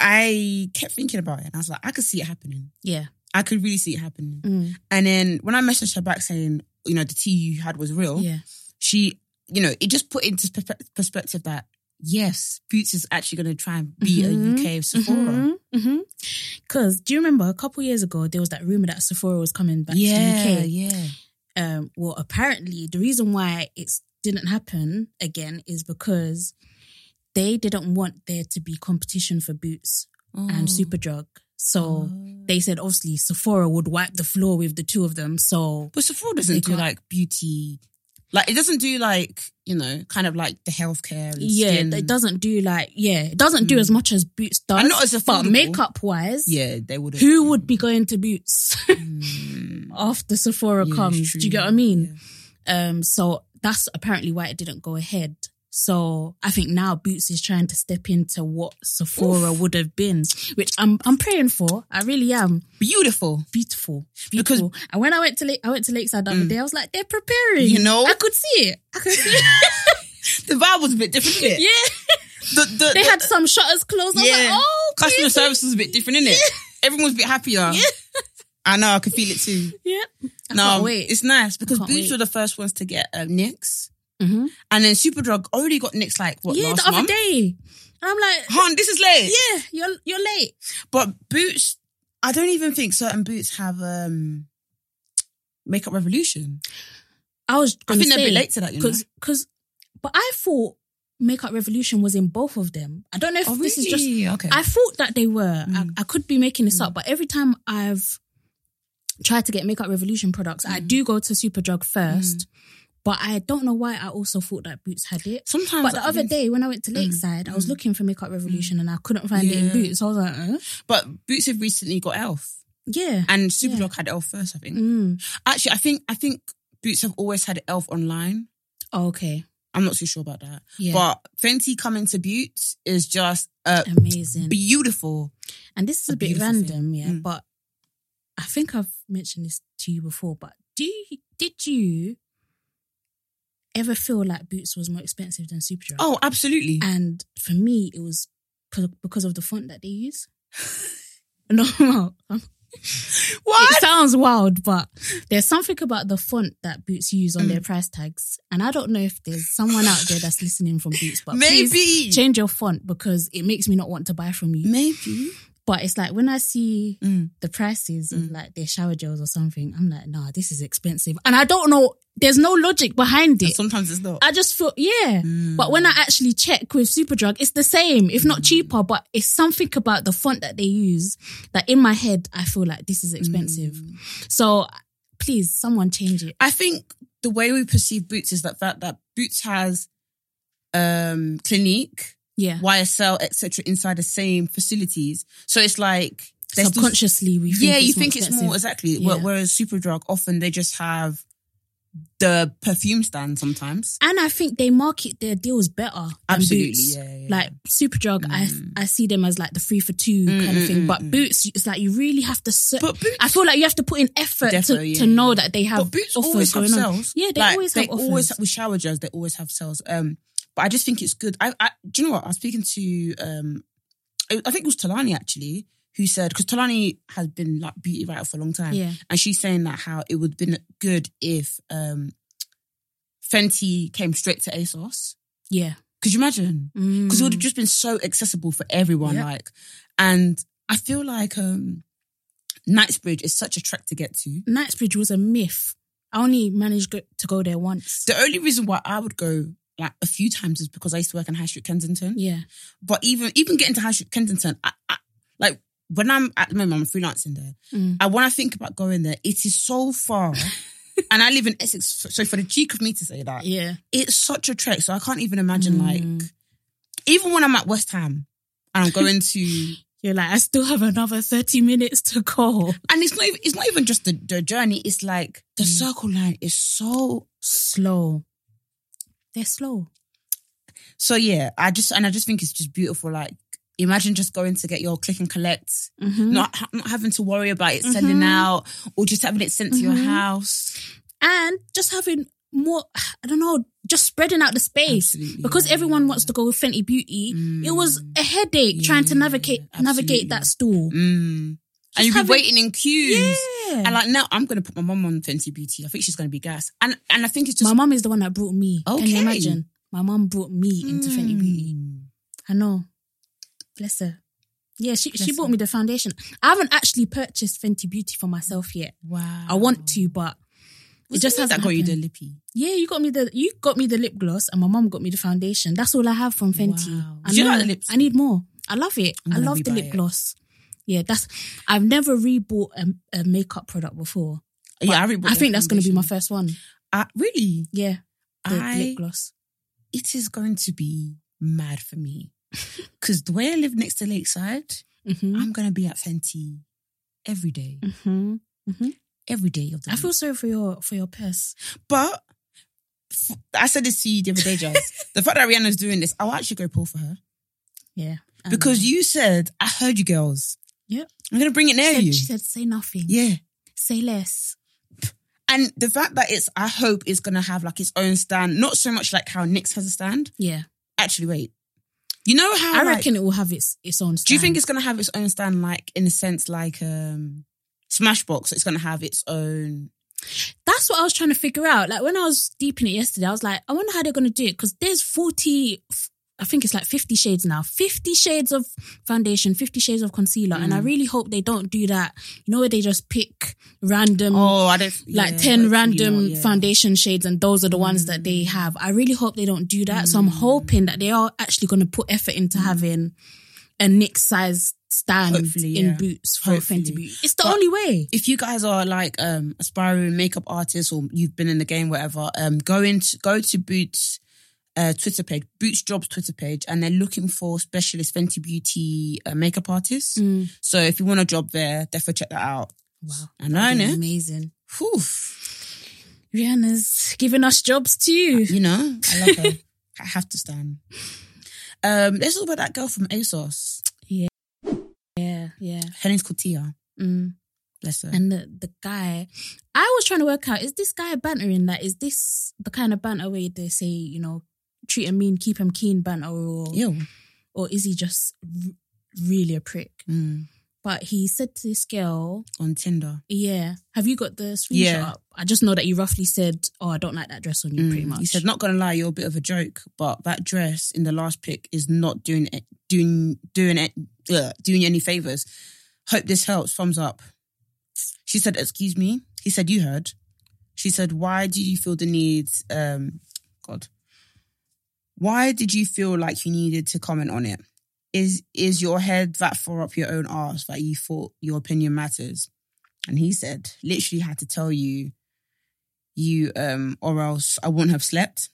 S1: I kept thinking about it and I was like, I could see it happening.
S2: yeah.
S1: I could really see it happening.
S2: Mm.
S1: And then when I messaged her back saying, you know, the tea you had was real,
S2: Yeah.
S1: she, you know, it just put into perspe- perspective that yes, Boots is actually going to try and be
S2: Mhm.
S1: a UK Sephora.
S2: Because Mm-hmm. do you remember a couple years ago there was that rumor that Sephora was coming back
S1: Yeah,
S2: to the UK?
S1: yeah.
S2: um, well, apparently the reason why it didn't happen again is because they didn't want there to be competition for Boots
S1: Oh.
S2: and Superdrug. So they said obviously Sephora would wipe the floor with the two of them. So
S1: But Sephora doesn't
S2: They
S1: do
S2: can't-
S1: like beauty, like it doesn't do like you know, kind of like the healthcare. And
S2: yeah,
S1: skin.
S2: it doesn't do like yeah, it doesn't do
S1: Mm.
S2: as much as Boots does.
S1: And not as
S2: but
S1: affordable.
S2: makeup wise,
S1: Yeah, they would.
S2: who would be going to Boots
S1: Mm.
S2: after Sephora
S1: Yeah,
S2: comes?
S1: it's
S2: Do
S1: true.
S2: you get what I mean?
S1: Yeah.
S2: Um, so that's apparently why it didn't go ahead. So I think now Boots is trying to step into what Sephora would have been, which I'm I'm praying for. I really am.
S1: Beautiful.
S2: Beautiful,
S1: Because- Mm.
S2: beautiful. and when I went to Lake, I went to Lakeside the other day. I was like, they're preparing.
S1: You know?
S2: I could see it. I could see it.
S1: The vibe was a bit different. Isn't it?
S2: yeah,
S1: The, the,
S2: they
S1: the-
S2: had some shutters closed. I was like, oh,
S1: customer
S2: creative.
S1: service was a bit different, isn't it? Everyone's a bit happier. I know. I could feel it too.
S2: Yeah, I
S1: no,
S2: can't wait.
S1: it's nice because
S2: can't
S1: Boots
S2: wait.
S1: were the first ones to get um, Nyx,
S2: Mhm.
S1: and then Superdrug already got Nyx like what
S2: yeah,
S1: last
S2: the other
S1: month?
S2: day, and I'm like,
S1: Hon, this is late.
S2: yeah, you're you're late.
S1: But boots, I don't even think certain boots have um makeup revolution.
S2: I was.
S1: I
S2: gonna
S1: think they're a
S2: say,
S1: bit late to that, you know.
S2: because because but I thought Makeup Revolution was in both of them. I don't know if this is just
S1: Oh, okay.
S2: I thought that they were.
S1: Mm.
S2: I, I could be making this up, but every time I've tried to get Makeup Revolution products,
S1: Mm.
S2: I do go to Superdrug first. But I don't know why I also thought that Boots had it.
S1: Sometimes,
S2: But the
S1: I
S2: other
S1: think-
S2: day when I went to Lakeside, I was looking for Makeup Revolution and I couldn't find it in
S1: Mm. Yeah.
S2: Boots. I was like, uh?
S1: but boots have recently got Elf,
S2: yeah.
S1: and Superdrug had Elf first. I think
S2: Mm.
S1: actually, I think I think boots have always had Elf online.
S2: Oh, okay.
S1: I'm not too sure about that,
S2: Yeah.
S1: but Fenty coming to Boots is just uh,
S2: Amazing.
S1: beautiful.
S2: And this is
S1: a
S2: a bit
S1: beautiful
S2: random, yeah,
S1: Mm.
S2: but I think I've mentioned this to you before, but do you, did you ever feel like Boots was more expensive than Superdry?
S1: Oh, absolutely.
S2: And for me, it was p- because of the font that they use. no, no.
S1: what?
S2: It sounds wild, but there's something about the font that Boots use on their
S1: Mm.
S2: price tags. And I don't know if there's someone out there that's listening from Boots, but please
S1: Maybe. Mm.
S2: change your font because it makes me not want to buy from you.
S1: Maybe.
S2: But it's like when I see
S1: Mm.
S2: the prices of like their shower gels or something, I'm like, nah, this is expensive. And I don't know, there's no logic behind it.
S1: Sometimes it's not. Mm.
S2: I just feel, yeah. But when I actually check with Superdrug, it's the same, if not cheaper, but it's something about the font that they use that in my head, I feel like this is expensive. So please, someone change it.
S1: Mm. I think the way we perceive Boots is that fact that Boots has um Clinique,
S2: Yeah.
S1: YSL, etc. inside the same facilities. So it's like they're still-
S2: Subconsciously, we think
S1: yeah,
S2: it's
S1: you
S2: more
S1: think it's more
S2: expensive.
S1: exactly.
S2: Yeah.
S1: Wh- Whereas Superdrug often they just have the perfume stand sometimes.
S2: And I think they market their deals better. Than
S1: Absolutely,
S2: Boots.
S1: yeah, Mm. yeah,
S2: Like Superdrug, I I see them as like the three for two
S1: Mm,
S2: kind of thing. But Boots, it's like you really have to. Ser-
S1: But Boots-
S2: I feel like you have to put in effort to,
S1: Definitely,
S2: to
S1: yeah.
S2: know that they
S1: But
S2: have
S1: Boots
S2: offers
S1: always have
S2: going on.
S1: sales.
S2: Yeah, they
S1: Like,
S2: always
S1: they
S2: have offers.
S1: always with shower gels. They always have sales. Um, but I just think it's good. I, I do you know what I was speaking to. Um, I I think it was Talani actually who said because Talani has been like beauty writer for a long time.
S2: Yeah.
S1: and she's saying that how it would have been good if um, Fenty came straight to ASOS.
S2: yeah,
S1: Could you imagine? Because it would have just been so accessible for everyone.
S2: Mm. Yeah.
S1: Like, and I feel like um, Knightsbridge is such a trek to get to.
S2: Mm. Knightsbridge was a myth. I only managed go- to go there once.
S1: The only reason why I would go like a few times is because I used to work in High Street Kensington.
S2: yeah,
S1: But even even getting to High Street Kensington, I, I, like when I'm at the moment, I'm freelancing there.
S2: Mm.
S1: And when I think about going there, it is so far. and I live in Essex. So for the cheek of me to say that,
S2: Yeah. Mm.
S1: it's such a trek. So I can't even imagine, like, even when I'm at West Ham and I'm going to,
S2: You're like, I still have another 30 minutes to go.
S1: and it's not even, it's not even just the, the journey. It's like
S2: Mm.
S1: the circle line is so
S2: Slow. They're slow.
S1: So yeah, I just and I just think it's just beautiful. Like imagine just going to get your click and collect,
S2: Mm.
S1: not ha- not having to worry about it
S2: Mm-hmm.
S1: selling out or just having it sent to your house.
S2: And just having more, I don't know, just spreading out the space.
S1: Absolutely, Mm.
S2: because
S1: yeah,
S2: everyone wants to go with Fenty Beauty. It was a headache trying to navigate navigate that store.
S1: Mm. And
S2: Just
S1: you'd be
S2: having-
S1: waiting in queues.
S2: Yeah.
S1: Mm. And like now, I'm gonna put my mum on Fenty Beauty. I think she's gonna be gas. And and I think it's just
S2: My mum is the one that brought me. Can
S1: Okay.
S2: you imagine? My mum brought me into Fenty Beauty.
S1: Mm.
S2: I know. Bless her. Yeah, she, she
S1: Bless
S2: bought
S1: her.
S2: me the foundation. I haven't actually purchased Fenty Beauty for myself yet.
S1: Wow.
S2: I want to, but
S1: Was
S2: it just
S1: me
S2: hasn't
S1: that got you the
S2: happened.
S1: lippy.
S2: yeah, you got me the you got me the lip gloss, and my mum got me the foundation. That's all I have from Fenty.
S1: Wow.
S2: I
S1: Do you
S2: know-
S1: like the lips?
S2: I need more. I love it. I
S1: gonna
S2: love the
S1: rebuy
S2: lip
S1: it.
S2: gloss. Yeah, that's. I've never rebought a, a makeup product before.
S1: Yeah, I, really bought
S2: I
S1: the
S2: think that's going to be my
S1: foundation.
S2: first one.
S1: Uh, really,
S2: Yeah, the
S1: I
S2: lip gloss.
S1: it is going to be mad for me. Because the way I live next to Lakeside,
S2: Mm-hmm.
S1: I'm going to be at Fenty every day,
S2: Mm-hmm.
S1: every day of the
S2: I
S1: week.
S2: feel sorry for your for your purse.
S1: But f- I said this to you the other day, Jazz. the fact that Rihanna's doing this, I'll actually go pull for her.
S2: Yeah, Um, I
S1: Because
S2: know.
S1: you said, I heard you girls.
S2: Yep.
S1: I'm going to bring it near
S2: she said,
S1: you.
S2: she said say nothing,
S1: yeah.
S2: say less.
S1: And the fact that it's, I hope it's going to have like its own stand, not so much like how NYX has a stand.
S2: Yeah,
S1: Actually, wait. You know how.
S2: I
S1: like-
S2: reckon it will have its its own. Stand.
S1: Do you think it's going to have its own stand, like in a sense, like um Smashbox? It's going to have its own.
S2: That's what I was trying to figure out. Like when I was deep in it yesterday, I was like, I wonder how they're going to do it because there's 40, f- I think it's like 50 shades now, 50 shades of foundation, 50 shades of concealer. And I
S1: Mm.
S2: really hope they don't do that. You know, where they just pick random,
S1: Oh, I don't
S2: Mm. like
S1: yeah,
S2: 10
S1: hopefully
S2: random
S1: not, yeah. Mm.
S2: foundation shades and those are the ones that they have. I really hope they don't do that. So I'm hoping that they are actually going to put effort into
S1: Mm.
S2: having a NYX size stand
S1: Hopefully,
S2: in
S1: yeah.
S2: boots for
S1: Hopefully.
S2: Fenty Beauty. It's the
S1: But-
S2: only way.
S1: If you guys are like um aspiring makeup artists or you've been in the game, whatever, um, go into go to Boots. Uh, Twitter page, Boots Jobs Twitter page, and they're looking for specialist Fenty Beauty uh, makeup artists.
S2: Mm.
S1: So if you want a job there, definitely check that out.
S2: Wow.
S1: I know,
S2: That'd be
S1: no?
S2: Amazing.
S1: Whew.
S2: Rihanna's giving us jobs too.
S1: You know, I love her. I have to stand. Um, let's talk about that girl from ASOS.
S2: Yeah, yeah.
S1: Her name's Cotia.
S2: Mm.
S1: Bless her.
S2: And the, the guy, I was trying to work out is this guy bantering? Like, is this the kind of banter where they say, you know, treat him mean, keep him keen banter, or,
S1: Ew.
S2: or is he just r- really a prick?
S1: Mm.
S2: But he said to this girl,
S1: On Tinder.
S2: yeah, have you got the screenshot
S1: Yeah.
S2: up? I just know that he roughly said, oh, I don't like that dress on you,
S1: Mm.
S2: pretty much.
S1: He said, "Not gonna lie, you're a bit of a joke, but that dress in the last pick is not doing it, doing doing it, ugh, doing you any favors. Hope this helps. Thumbs up." She said, "Excuse me." He said, "You heard." She said, "Why do you feel the need? Um, God, why did you feel like you needed to comment on it? Is is your head that far up your own arse that you thought your opinion matters?" And he said, "Literally had to tell you." you um or else I wouldn't have slept.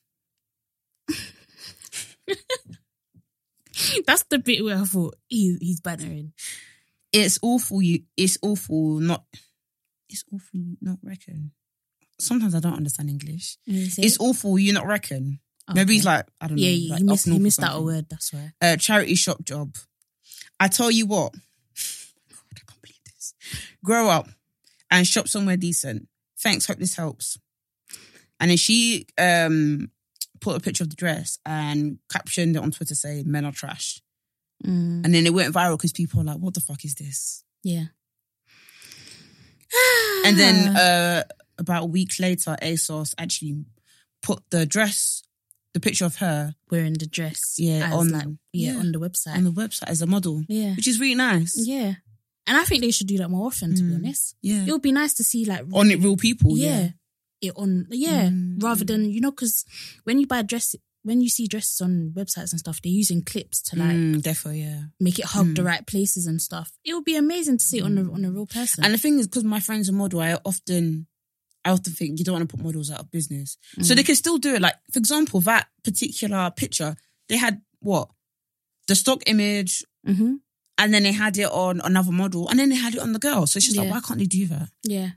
S2: That's the bit where I thought he, he's bantering.
S1: It's awful you it's awful not it's awful you not reckon. Sometimes I don't understand English. Mm, It's awful you not reckon. Maybe he's like I don't know.
S2: "Oh, yeah, yeah,
S1: like
S2: he
S1: up
S2: missed, he
S1: north or
S2: missed out a
S1: something.
S2: word, that's why.
S1: Uh, charity shop job. I tell you what. God, I can't believe this. Grow up and shop somewhere decent. Thanks, hope this helps. And then she um put a picture of the dress and captioned it on Twitter saying men are trash.
S2: Mm,
S1: And then it went viral because people were like, what the fuck is this?
S2: yeah.
S1: And then uh, about a week later, ASOS actually put the dress, the picture of her
S2: wearing the dress.
S1: Yeah,
S2: as
S1: on-
S2: like yeah,
S1: yeah.
S2: on the website.
S1: on the website as a model,
S2: yeah,
S1: which is really nice.
S2: yeah. And I think they should do that more often. To be
S1: Mm.
S2: honest,
S1: Yeah.
S2: it would be nice to see like
S1: On it, real people.
S2: yeah,
S1: Yeah.
S2: it on yeah
S1: Mm.
S2: rather than you know because when you buy a dress when you see dresses on websites and stuff, they're using clips to like
S1: Mm, defo, yeah.
S2: make it hug the right places and stuff. It would be amazing to see it on a on a real person.
S1: Mm. And the thing is, because my friend's a model, I often, I often think you don't want to put models out of business, so
S2: Mm.
S1: they can still do it. Like for example, that particular picture, they had what the stock image,
S2: mm-hmm.
S1: and then they had it on another model, and then they had it on the girl. So it's just like,
S2: Yeah.
S1: why can't they do that?
S2: Yeah,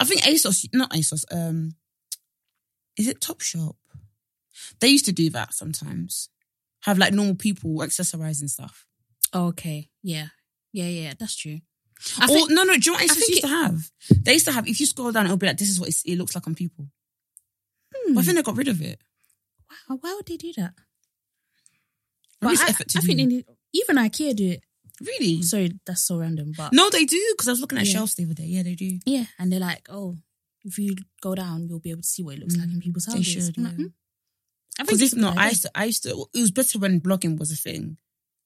S1: I think ASOS, not ASOS, um, is it Topshop? They used to do that sometimes. Have like normal people accessorizing stuff.
S2: Oh, okay. Yeah. Yeah, yeah, that's true.
S1: or,
S2: I think-
S1: no, no, do you know what ASOS
S2: think
S1: used
S2: it-
S1: to have? They used to have, if you scroll down, it'll be like, this is what it's, it looks like on people.
S2: Hmm.
S1: But I think they got rid of it.
S2: Wow, why would they do that?
S1: But
S2: I,
S1: effort to
S2: I
S1: do.
S2: think they need, even IKEA do it.
S1: really?
S2: Sorry, that's so random, but
S1: No, they do, because I was looking at
S2: Yeah.
S1: shelves the other day. Yeah, they do.
S2: yeah, and they're like, oh, if you go down, you'll be able to see what it looks like in people's
S1: Mm, They
S2: houses.
S1: should,
S2: I'm like,
S1: yeah.
S2: hmm. I think
S1: Because if
S2: it's a good
S1: not, I
S2: idea.
S1: used, to, I used to, it was better when blogging was a thing.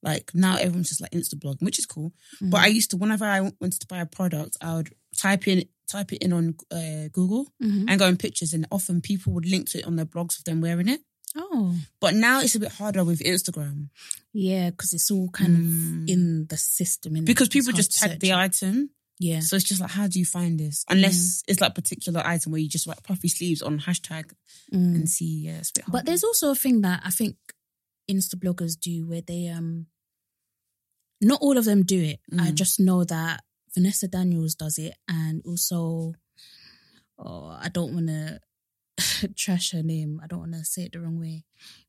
S1: Like now everyone's just like Insta blogging, which is cool.
S2: Hmm.
S1: But I used to, whenever I wanted to buy a product, I would type in, type it in on uh, Google
S2: Mhm.
S1: and go in pictures. And often people would link to it on their blogs of them wearing it.
S2: oh
S1: But now it's a bit harder with Instagram
S2: yeah, because it's all kind
S1: Mm.
S2: of in the system innit?
S1: because
S2: It's
S1: people
S2: hard
S1: just
S2: to
S1: tag
S2: search
S1: the
S2: it.
S1: item.
S2: yeah Hmm.
S1: So it's just like, how do you find this? Unless it's like particular item where you just write puffy sleeves on hashtag
S2: Mm.
S1: and see. Yeah, it's a bit hard.
S2: But there's also a thing that I think Insta bloggers do where they um not all of them do it. I
S1: Mm.
S2: just know that Vanessa Daniels does it and also oh I don't wanna trash her name. I don't wanna say it the wrong way.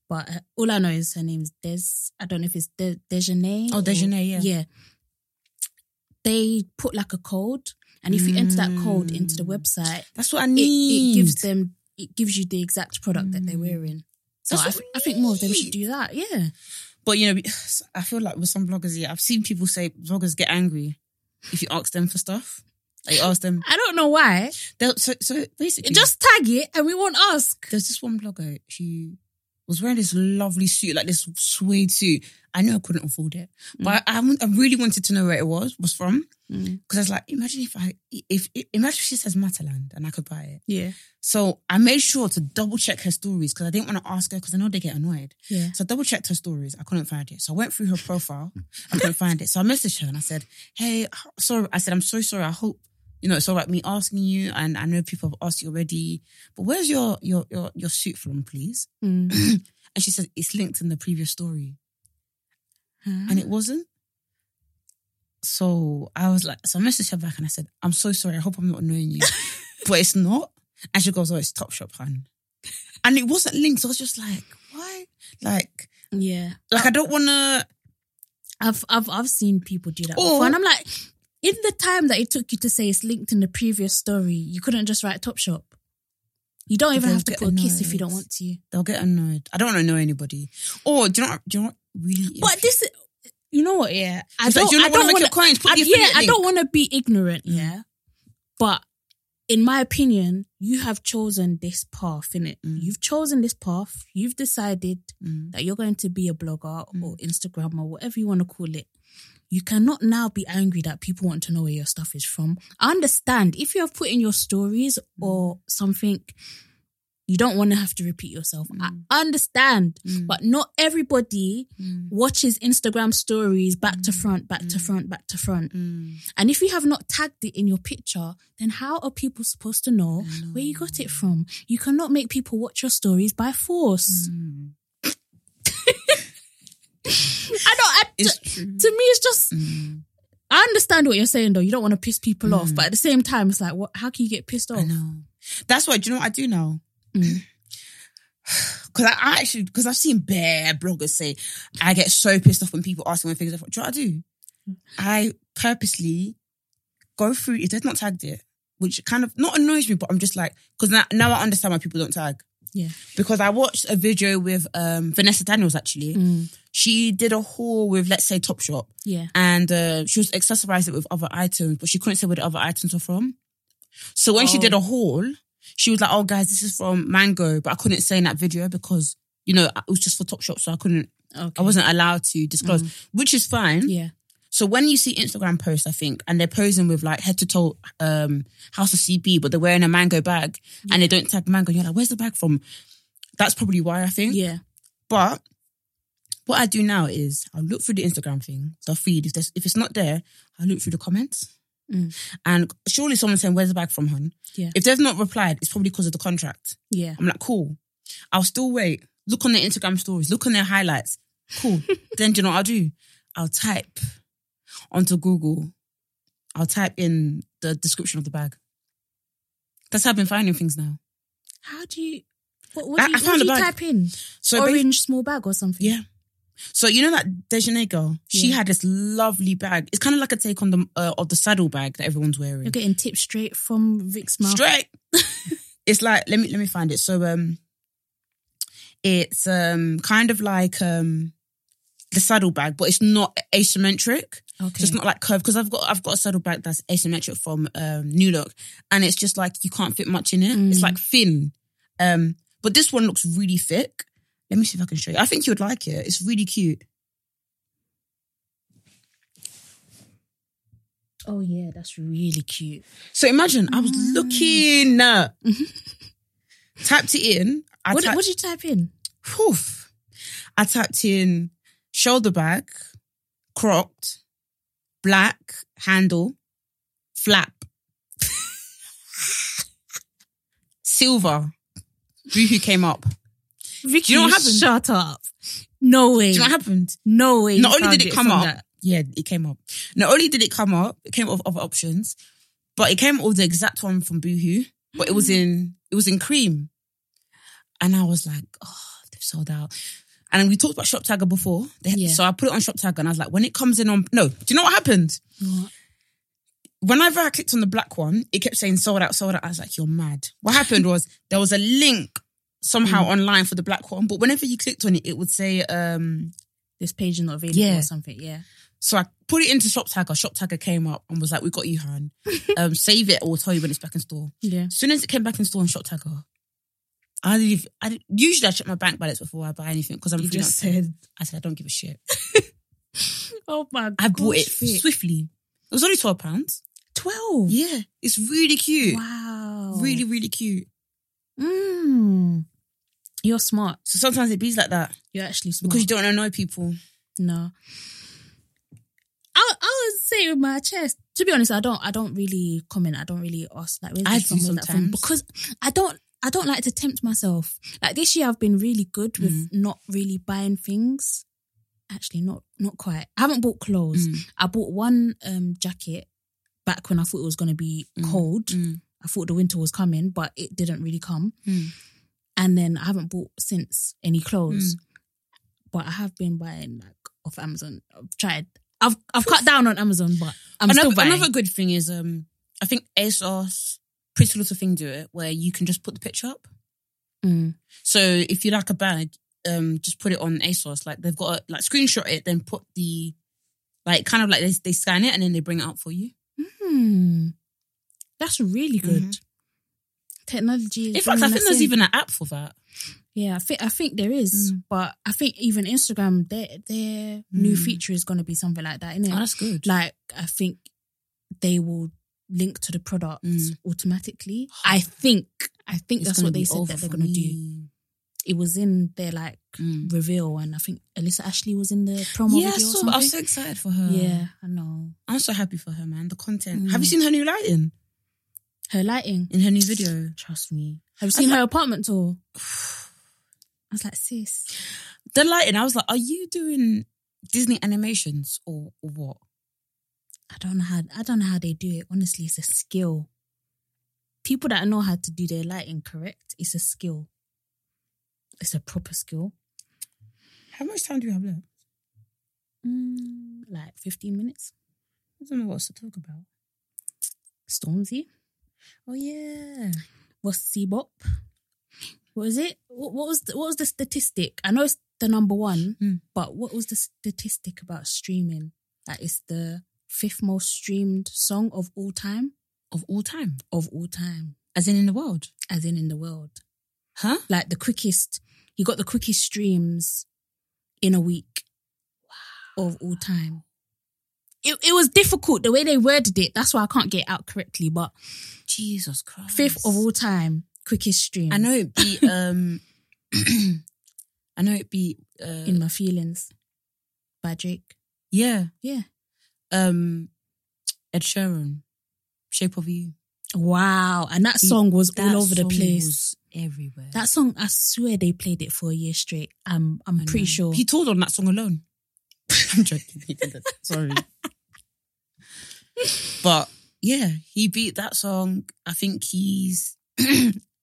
S2: But uh, all I know is her name's Des I don't know if it's De- Dejeuner.
S1: Oh,
S2: or-
S1: Dejeuner, yeah.
S2: Yeah. They put like a code and if you enter that code into the
S1: Mm.
S2: website
S1: that's what I
S2: it,
S1: need.
S2: it gives them it gives you the exact product that they're
S1: Mm.
S2: wearing. So
S1: That's
S2: I,
S1: what
S2: th-
S1: we
S2: I think more of them should
S1: need.
S2: do that. Yeah.
S1: But you know, I feel like with some bloggers, yeah, I've seen people say bloggers get angry if you ask them for stuff. Like you ask them,
S2: I don't know why.
S1: they'll, so so basically,
S2: Just tag it and we won't ask.
S1: there's this one blogger who was wearing this lovely suit, like this suede suit. I know I couldn't afford it, but I, I, want- I really wanted to know where it was was from because I was like, imagine if I if, if imagine if she says Mataland and I could buy it.
S2: Yeah.
S1: So I made sure to double check her stories because I didn't want to ask her because I know they get annoyed.
S2: Yeah.
S1: So I double checked her stories. I couldn't find it. So I went through her profile. I couldn't find it. So I messaged her and I said, Hey, sorry. I said, I'm so sorry. I hope, you know, it's all right me asking you. And I know people have asked you already, but where's your, your, your, your suit from, please?
S2: Mm.
S1: And she said, It's linked in the previous story. And it wasn't. So I was like, so I messaged her back and I said, I'm so sorry. I hope I'm not annoying you, but it's not. And she goes, Oh, it's Topshop, hun. And it wasn't linked. So I was just like, Why? Like,
S2: yeah.
S1: like I don't want to.
S2: I've I've I've seen people do that
S1: Or-
S2: before, and I'm like, in the time that it took you to say it's linked in the previous story, you couldn't just write Topshop. You don't even
S1: They'll
S2: have to
S1: get
S2: put a kiss if you
S1: annoyed.
S2: don't want to.
S1: They'll get annoyed. I don't want to annoy anybody. Or do you know? Do you know? What really? is?
S2: But this, you know what? Yeah, I
S1: It's like,
S2: don't.
S1: do you
S2: I
S1: not
S2: don't
S1: want to make your
S2: wanna-
S1: coins? Put
S2: I,
S1: the
S2: yeah,
S1: affiliate
S2: I
S1: link. Mm.
S2: don't want to be ignorant, yeah. But in my opinion, you have chosen this path, innit?
S1: Mm.
S2: You've chosen this path. You've decided
S1: Mm.
S2: that you're going to be a blogger or Instagram or whatever you want to call it. You cannot now be angry that people want to know where your stuff is from. I understand if you have put in your stories
S1: Mm.
S2: or something, you don't want to have to repeat yourself. I understand,
S1: Mm.
S2: but not everybody
S1: Mm.
S2: watches Instagram stories back to front, back to front, back to front.
S1: mm.
S2: And if you have not tagged it in your picture, then how are people supposed to know where you got it from? You cannot make people watch your stories by force.
S1: Mm.
S2: I don't. I,
S1: It's
S2: to,
S1: true.
S2: to me, it's just.
S1: Mm.
S2: I understand what you're saying, though. You don't want to piss people off, but at the same time, it's like, what? How can you get pissed
S1: I
S2: off?
S1: know. That's why. Do you know what I do now?
S2: Mm.
S1: Because I, I actually, because I've seen bare bloggers say, I get so pissed off when people ask me when things. Are, from." do you know what I do? I purposely go through if they've not tagged it, which kind of not annoys me, but I'm just like, because now, now I understand why people don't tag.
S2: Yeah.
S1: Because I watched a video with um, Vanessa Daniels actually.
S2: Mm.
S1: She did a haul with, let's say, Topshop,
S2: Yeah.
S1: and uh, she was accessorized it with other items, but she couldn't say where the other items were from. So when she
S2: Oh.
S1: did a haul, she was like, "Oh, guys, this is from Mango," but I couldn't say in that video because you know it was just for Topshop, so I couldn't,
S2: Okay. Mm.
S1: I wasn't allowed to disclose, which is fine.
S2: Yeah.
S1: So when you see Instagram posts, I think, and they're posing with like head to toe um House of CB, but they're wearing a mango bag and they don't tag mango, you're like, where's the bag from? That's probably why I think.
S2: Yeah.
S1: But what I do now is I'll look through the Instagram thing, the feed. If there's, if it's not there, I'll look through the comments.
S2: Mm.
S1: And surely someone's saying, "Where's the bag from, hon?"
S2: Yeah.
S1: If they've not replied, it's probably because of the contract.
S2: Yeah.
S1: I'm like, cool. I'll still wait. Look on their Instagram stories. Look on their highlights. Cool. then do you know what I'll do? I'll type onto Google. I'll type in the description of the bag. That's how I've been finding things now.
S2: How do you? What, what
S1: I-
S2: do you,
S1: I
S2: what
S1: found
S2: do
S1: a
S2: you
S1: bag.
S2: type in?
S1: So basi-
S2: Orange small bag or something.
S1: Yeah. So you know that Dejeuner girl, she
S2: Yeah.
S1: had this lovely bag. It's kind of like a take on the uh, of the saddle bag that everyone's wearing.
S2: You're getting tips straight from Vic's mouth.
S1: Straight. it's like let me let me find it. So um, it's um kind of like um the saddle bag, but it's not asymmetric.
S2: Okay.
S1: So it's not like curved because I've got I've got a saddle bag that's asymmetric from um, New Look, and it's just like you can't fit much in it.
S2: Mm.
S1: It's like thin. Um, but this one looks really thick. Let me see if I can show you. I think you would like it. It's really cute.
S2: oh yeah, that's really cute.
S1: So imagine I was
S2: Mm.
S1: looking. uh, Tapped it in. I
S2: What,
S1: typed-
S2: what did you type in?
S1: Whew. I tapped in shoulder bag, cropped, black handle, flap, silver. Boohoo came up. Do
S2: Vicky,
S1: you know what happened?
S2: Shut up. No way.
S1: you know what happened?
S2: No way.
S1: Not
S2: you
S1: only
S2: found
S1: did it
S2: it
S1: come
S2: from
S1: up,
S2: that.
S1: yeah, it came up. Not only did it come up, it came up with other options, but it came up with the exact one from Boohoo, but it was in it was in cream, and I was like, oh, they've sold out. And we talked about Shop Tagger before, They-
S2: Yeah.
S1: so I put it on Shop Tagger, and I was like, when it comes in on no, do you know what happened?
S2: What?
S1: Whenever I clicked on the black one, it kept saying sold out, sold out. I was like, you're mad. What happened was there was a link somehow online for the black one, but whenever you clicked on it, it would say um
S2: This page is not available
S1: Yeah.
S2: or something. Yeah.
S1: So I put it into Shop Tagger. Shop Tagger came up and was like, "We got you, Han. Um, save it, or we'll tell you when it's back in store."
S2: Yeah.
S1: As soon as it came back in store on Shop Tagger, I didn't. even- I didn't- usually I check my bank balance before I buy anything because I'm
S2: You
S1: freelance.
S2: just said,
S1: I said I don't give a shit.
S2: oh my god.
S1: I bought it swiftly. It was only twelve pounds.
S2: 12.
S1: Yeah, it's really cute.
S2: Wow.
S1: Really, really cute.
S2: Mm. You're smart.
S1: So sometimes it be like that
S2: You're actually smart.
S1: because you don't annoy people.
S2: No. I I would say with my chest. To be honest, I don't I don't really comment. I don't really ask like where's
S1: I
S2: this from,
S1: do
S2: where's that from?
S1: sometimes.
S2: Because I don't I don't like to tempt myself. Like this year I've been really good with
S1: Mm.
S2: not really buying things. Actually not not quite. I haven't bought clothes.
S1: Mm.
S2: I bought one um jacket back when I thought it was gonna be cold.
S1: mm.
S2: I thought the winter was coming, but it didn't really come.
S1: Mm.
S2: And then I haven't bought since any clothes, but I have been buying like off Amazon. I've tried. I've I've cut down on Amazon, but I'm
S1: another,
S2: still buying.
S1: another good thing is, um, I think ASOS, Pretty Little Thing, do it where you can just put the picture up.
S2: Mm.
S1: So if you like a bag, um, just put it on ASOS. Like they've got a, like screenshot it, then put the like kind of like they, they scan it and then they bring it up for you.
S2: Hmm. That's really good. Technology. Is
S1: Mm-hmm. In fact, I
S2: bringing
S1: think
S2: us
S1: there's
S2: in.
S1: even Mm. an app for that.
S2: yeah. I think I think there is, but I think even Instagram their their new
S1: Mm.
S2: feature is going to be something like that, isn't it?
S1: good.
S2: like I think they will link to the product
S1: Mm.
S2: automatically. I think I think that's what they said that they're gonna do. It was in their like
S1: Mm.
S2: reveal, and I think Alyssa Ashley was in the promo
S1: yeah,
S2: video or
S1: so,
S2: something.
S1: I'm so excited for her.
S2: yeah, Mm. I know
S1: I'm so happy for her, man. The content. Have you seen her new lighting
S2: her lighting.
S1: in her new video?
S2: Trust me. Have you seen her apartment tour? I was like, sis,
S1: The lighting. I was like, are you doing Disney animations or, or what?
S2: I don't know how I don't know how they do it. Honestly, it's a skill. People that know how to do their lighting correct, it's a skill. It's a proper skill.
S1: How much time do you have left?
S2: Mm, like 15 minutes.
S1: I don't know what else to talk about.
S2: Stormzy.
S1: Oh yeah.
S2: What's Bop? What was it? What, what was the, what was the statistic? I know it's the number one,
S1: Hmm.
S2: but what was the statistic about streaming? That it's the fifth most streamed song of all time.
S1: Of all time,
S2: Of all time,
S1: as in in the world,
S2: as in in the world,
S1: huh?
S2: like the quickest. He got the quickest streams in a week of all time. It, it was difficult the way they worded it. That's why I can't get it out correctly, but
S1: Jesus Christ.
S2: fifth of all time quickest stream.
S1: I know it be um I I know it beat. Uh,
S2: In My Feelings by Drake.
S1: yeah,
S2: Yeah.
S1: um, Ed Sheeran, Shape of You.
S2: Wow. And that
S1: Beat-
S2: song was
S1: that
S2: all over the
S1: song
S2: place.
S1: was everywhere.
S2: that song, I swear they played it for a year straight. I'm I'm
S1: I
S2: pretty
S1: know.
S2: sure.
S1: Mm. he toured on that song alone. I'm joking. He didn't. Sorry. but yeah, he beat that song. I think he's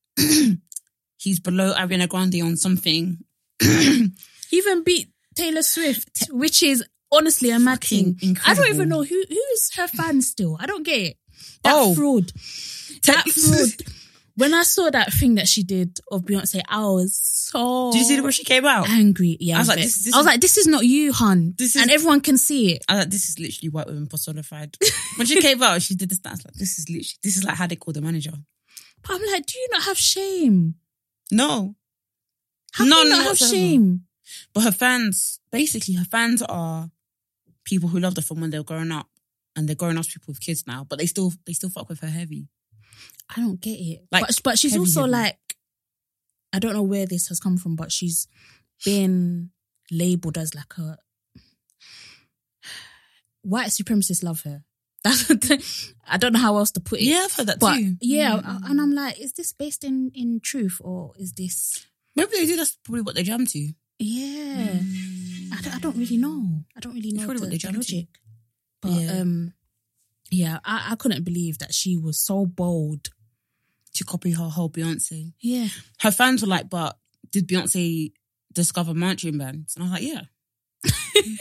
S1: he's below Ariana Grande on something.
S2: He even beat Taylor Swift, which is honestly a mad
S1: Fucking
S2: thing. I don't
S1: incredible.
S2: even know who who's her fan still. I don't get it. That
S1: Oh.
S2: fraud. That fraud. When I saw that thing that she did of Beyonce, I was so
S1: Did you see the way she came out?
S2: angry. Yeah, I was, like,
S1: this- this
S2: I was
S1: is-
S2: like, this is not you, hun.
S1: This is-
S2: and everyone can see it.
S1: I was like, this is literally white women personified. When she came out, she did this dance. Like, this is literally, this is like how they call the manager.
S2: But I'm like, do you not have shame?
S1: No,
S2: How
S1: No,
S2: do you
S1: no,
S2: not have
S1: whatsoever.
S2: shame?
S1: But her fans, basically, her fans are people who loved her from when they were growing up, and they're grown up people with kids now. But they still, they still fuck with her heavy.
S2: I don't get it.
S1: Like,
S2: but, but she's
S1: heavy,
S2: also
S1: heavy.
S2: like, I don't know where this has come from, but she's been labeled as like a white supremacist. Love her. That's the thing. I don't know how else to put it.
S1: Yeah, I've heard that
S2: but
S1: too.
S2: yeah,
S1: Mm.
S2: and I'm like, is this based in in truth or is this?
S1: Maybe they do. That's probably what they jam to.
S2: Yeah, I, don't, I don't really know. I don't really know
S1: probably
S2: the,
S1: what they
S2: the
S1: jumped to.
S2: logic. But
S1: Yeah.
S2: um, yeah, I, I couldn't believe that she was so bold.
S1: To copy her whole Beyonce.
S2: Yeah,
S1: Her fans were like, "But did Beyonce discover marching bands?" And I was like, "Yeah."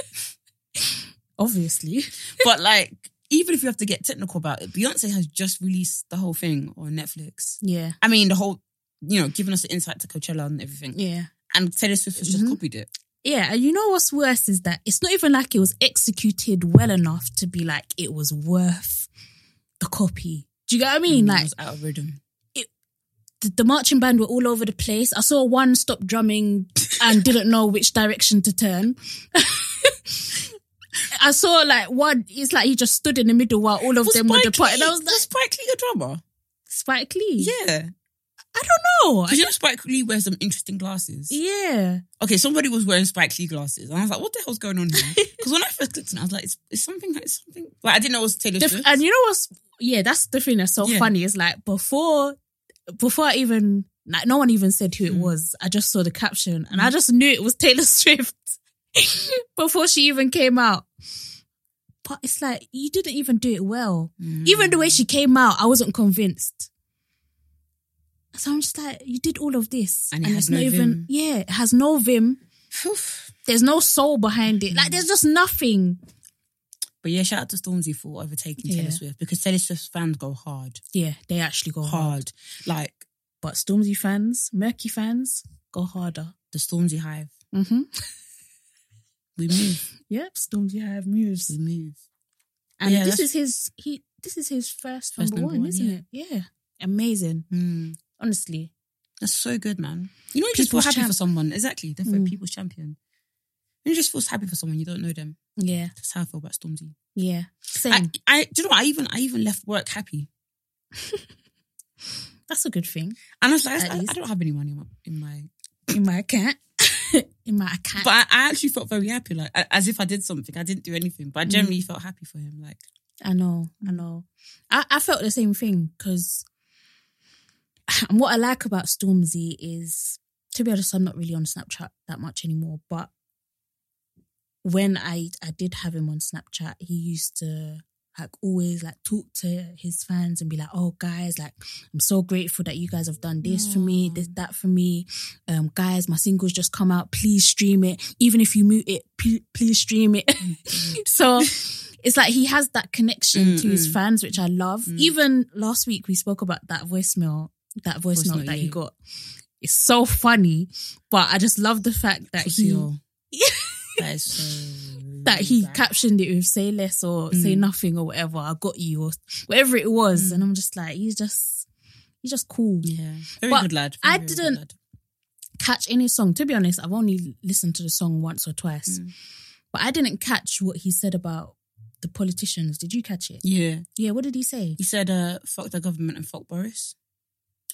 S2: obviously.
S1: but like, even if you have to get technical about it, Beyonce has just released the whole thing on Netflix.
S2: Yeah.
S1: I mean, the whole, you know, giving us the insight to Coachella and everything.
S2: Yeah.
S1: And Taylor Swift has just
S2: Mhm.
S1: copied it.
S2: Yeah, and you know what's worse is that it's not even like it was executed well enough to be like it was worth the copy. Do you get what I mean?
S1: Mm, it
S2: Like
S1: was out of rhythm.
S2: the, the marching band were all over the place. I saw one stop drumming and didn't know which direction to turn. I saw like one. It's like he just stood in the middle while all of
S1: Was
S2: them were
S1: Spike
S2: departing. And I
S1: Lee-
S2: was
S1: was
S2: like,
S1: Spike Lee a drummer?
S2: Spike Lee.
S1: Yeah.
S2: I don't know.
S1: 'Cause you know Spike Lee wears some interesting glasses.
S2: Yeah,
S1: Okay, somebody was wearing Spike Lee glasses. And I was like, what the hell's going on here? Because when I first clicked on it, I was like, it's, it's something, it's something. But I didn't know it was Taylor
S2: The-
S1: Swift.
S2: and you know what's yeah that's the thing that's so
S1: Yeah.
S2: funny is like before before I even like no one even said who it
S1: Mm.
S2: was I just saw the caption and
S1: Hmm.
S2: I just knew it was Taylor Swift before she even came out but it's like you didn't even do it well
S1: Mm. Hmm.
S2: even the way she came out I wasn't convinced so I'm just like you did all of this
S1: And it has
S2: it's
S1: no
S2: not even
S1: vim.
S2: yeah it has no vim
S1: Oof.
S2: there's no soul behind it like there's just nothing
S1: But yeah, shout out to Stormzy for overtaking
S2: Yeah.
S1: Taylor Swift because Taylor Swift's fans go hard,
S2: yeah they actually go hard.
S1: hard. Like
S2: But Stormzy fans, Murky fans, go harder.
S1: the Stormzy Hive.
S2: Mm-hmm.
S1: We move,
S2: Yep, Stormzy have
S1: we
S2: moves,
S1: move.
S2: and
S1: Yeah,
S2: this
S1: that's-
S2: is his he. This is his first,
S1: First
S2: number,
S1: number
S2: one,
S1: one,
S2: isn't
S1: yeah.
S2: it? Yeah, amazing.
S1: Mm.
S2: Honestly,
S1: That's so good, man. You know, you just feel
S2: People's
S1: happy for
S2: champ.
S1: someone. Exactly. They're for
S2: Mm.
S1: people's champion. You just feel happy for someone you don't know them.
S2: yeah,
S1: That's how I feel about Stormzy.
S2: yeah. Same.
S1: I, I, do you know what? I even, I even left work happy.
S2: That's a good thing.
S1: And I was like,
S2: At
S1: I, I
S2: least.
S1: don't have any money in my, in my
S2: In my account, in my account.
S1: but I, I actually felt very happy, like a- as if I did something. I didn't do anything,
S2: Hmm.
S1: but I generally felt happy for him. Like,
S2: I know, I know. I, I felt the same thing because and what I like about Stormzy is, to be honest, I'm not really on Snapchat that much anymore. But when I I did have him on Snapchat, he used to like always like talk to his fans and be like, "Oh guys, like I'm so grateful that you guys have done this for me, this that for me. Um, guys, my singles just come out. Please stream it. Even if you mute it, p- please stream it." so. It's like he has that connection to his
S1: Mm-mm.
S2: fans, which I love.
S1: Mm.
S2: Even last week we spoke about that voicemail, that voice
S1: Voice
S2: note
S1: note,
S2: that he
S1: yeah.
S2: got. It's so funny, but I just love the fact that
S1: pussy,
S2: he
S1: oh. that is so
S2: that he
S1: bad.
S2: captioned it with "say less" or "say
S1: Mm.
S2: nothing" or whatever. I got you or whatever it was,
S1: Mm.
S2: and I'm just like, he's just he's just cool.
S1: Yeah, very
S2: But
S1: good lad. Very,
S2: I
S1: very good
S2: didn't-
S1: lad.
S2: Catch any song? To be honest, I've only listened to the song once or twice,
S1: Mm.
S2: but I didn't catch what he said about the politicians. Did you catch it?
S1: Yeah,
S2: Yeah, what did he say?
S1: he said, uh, "Fuck the government and fuck Boris."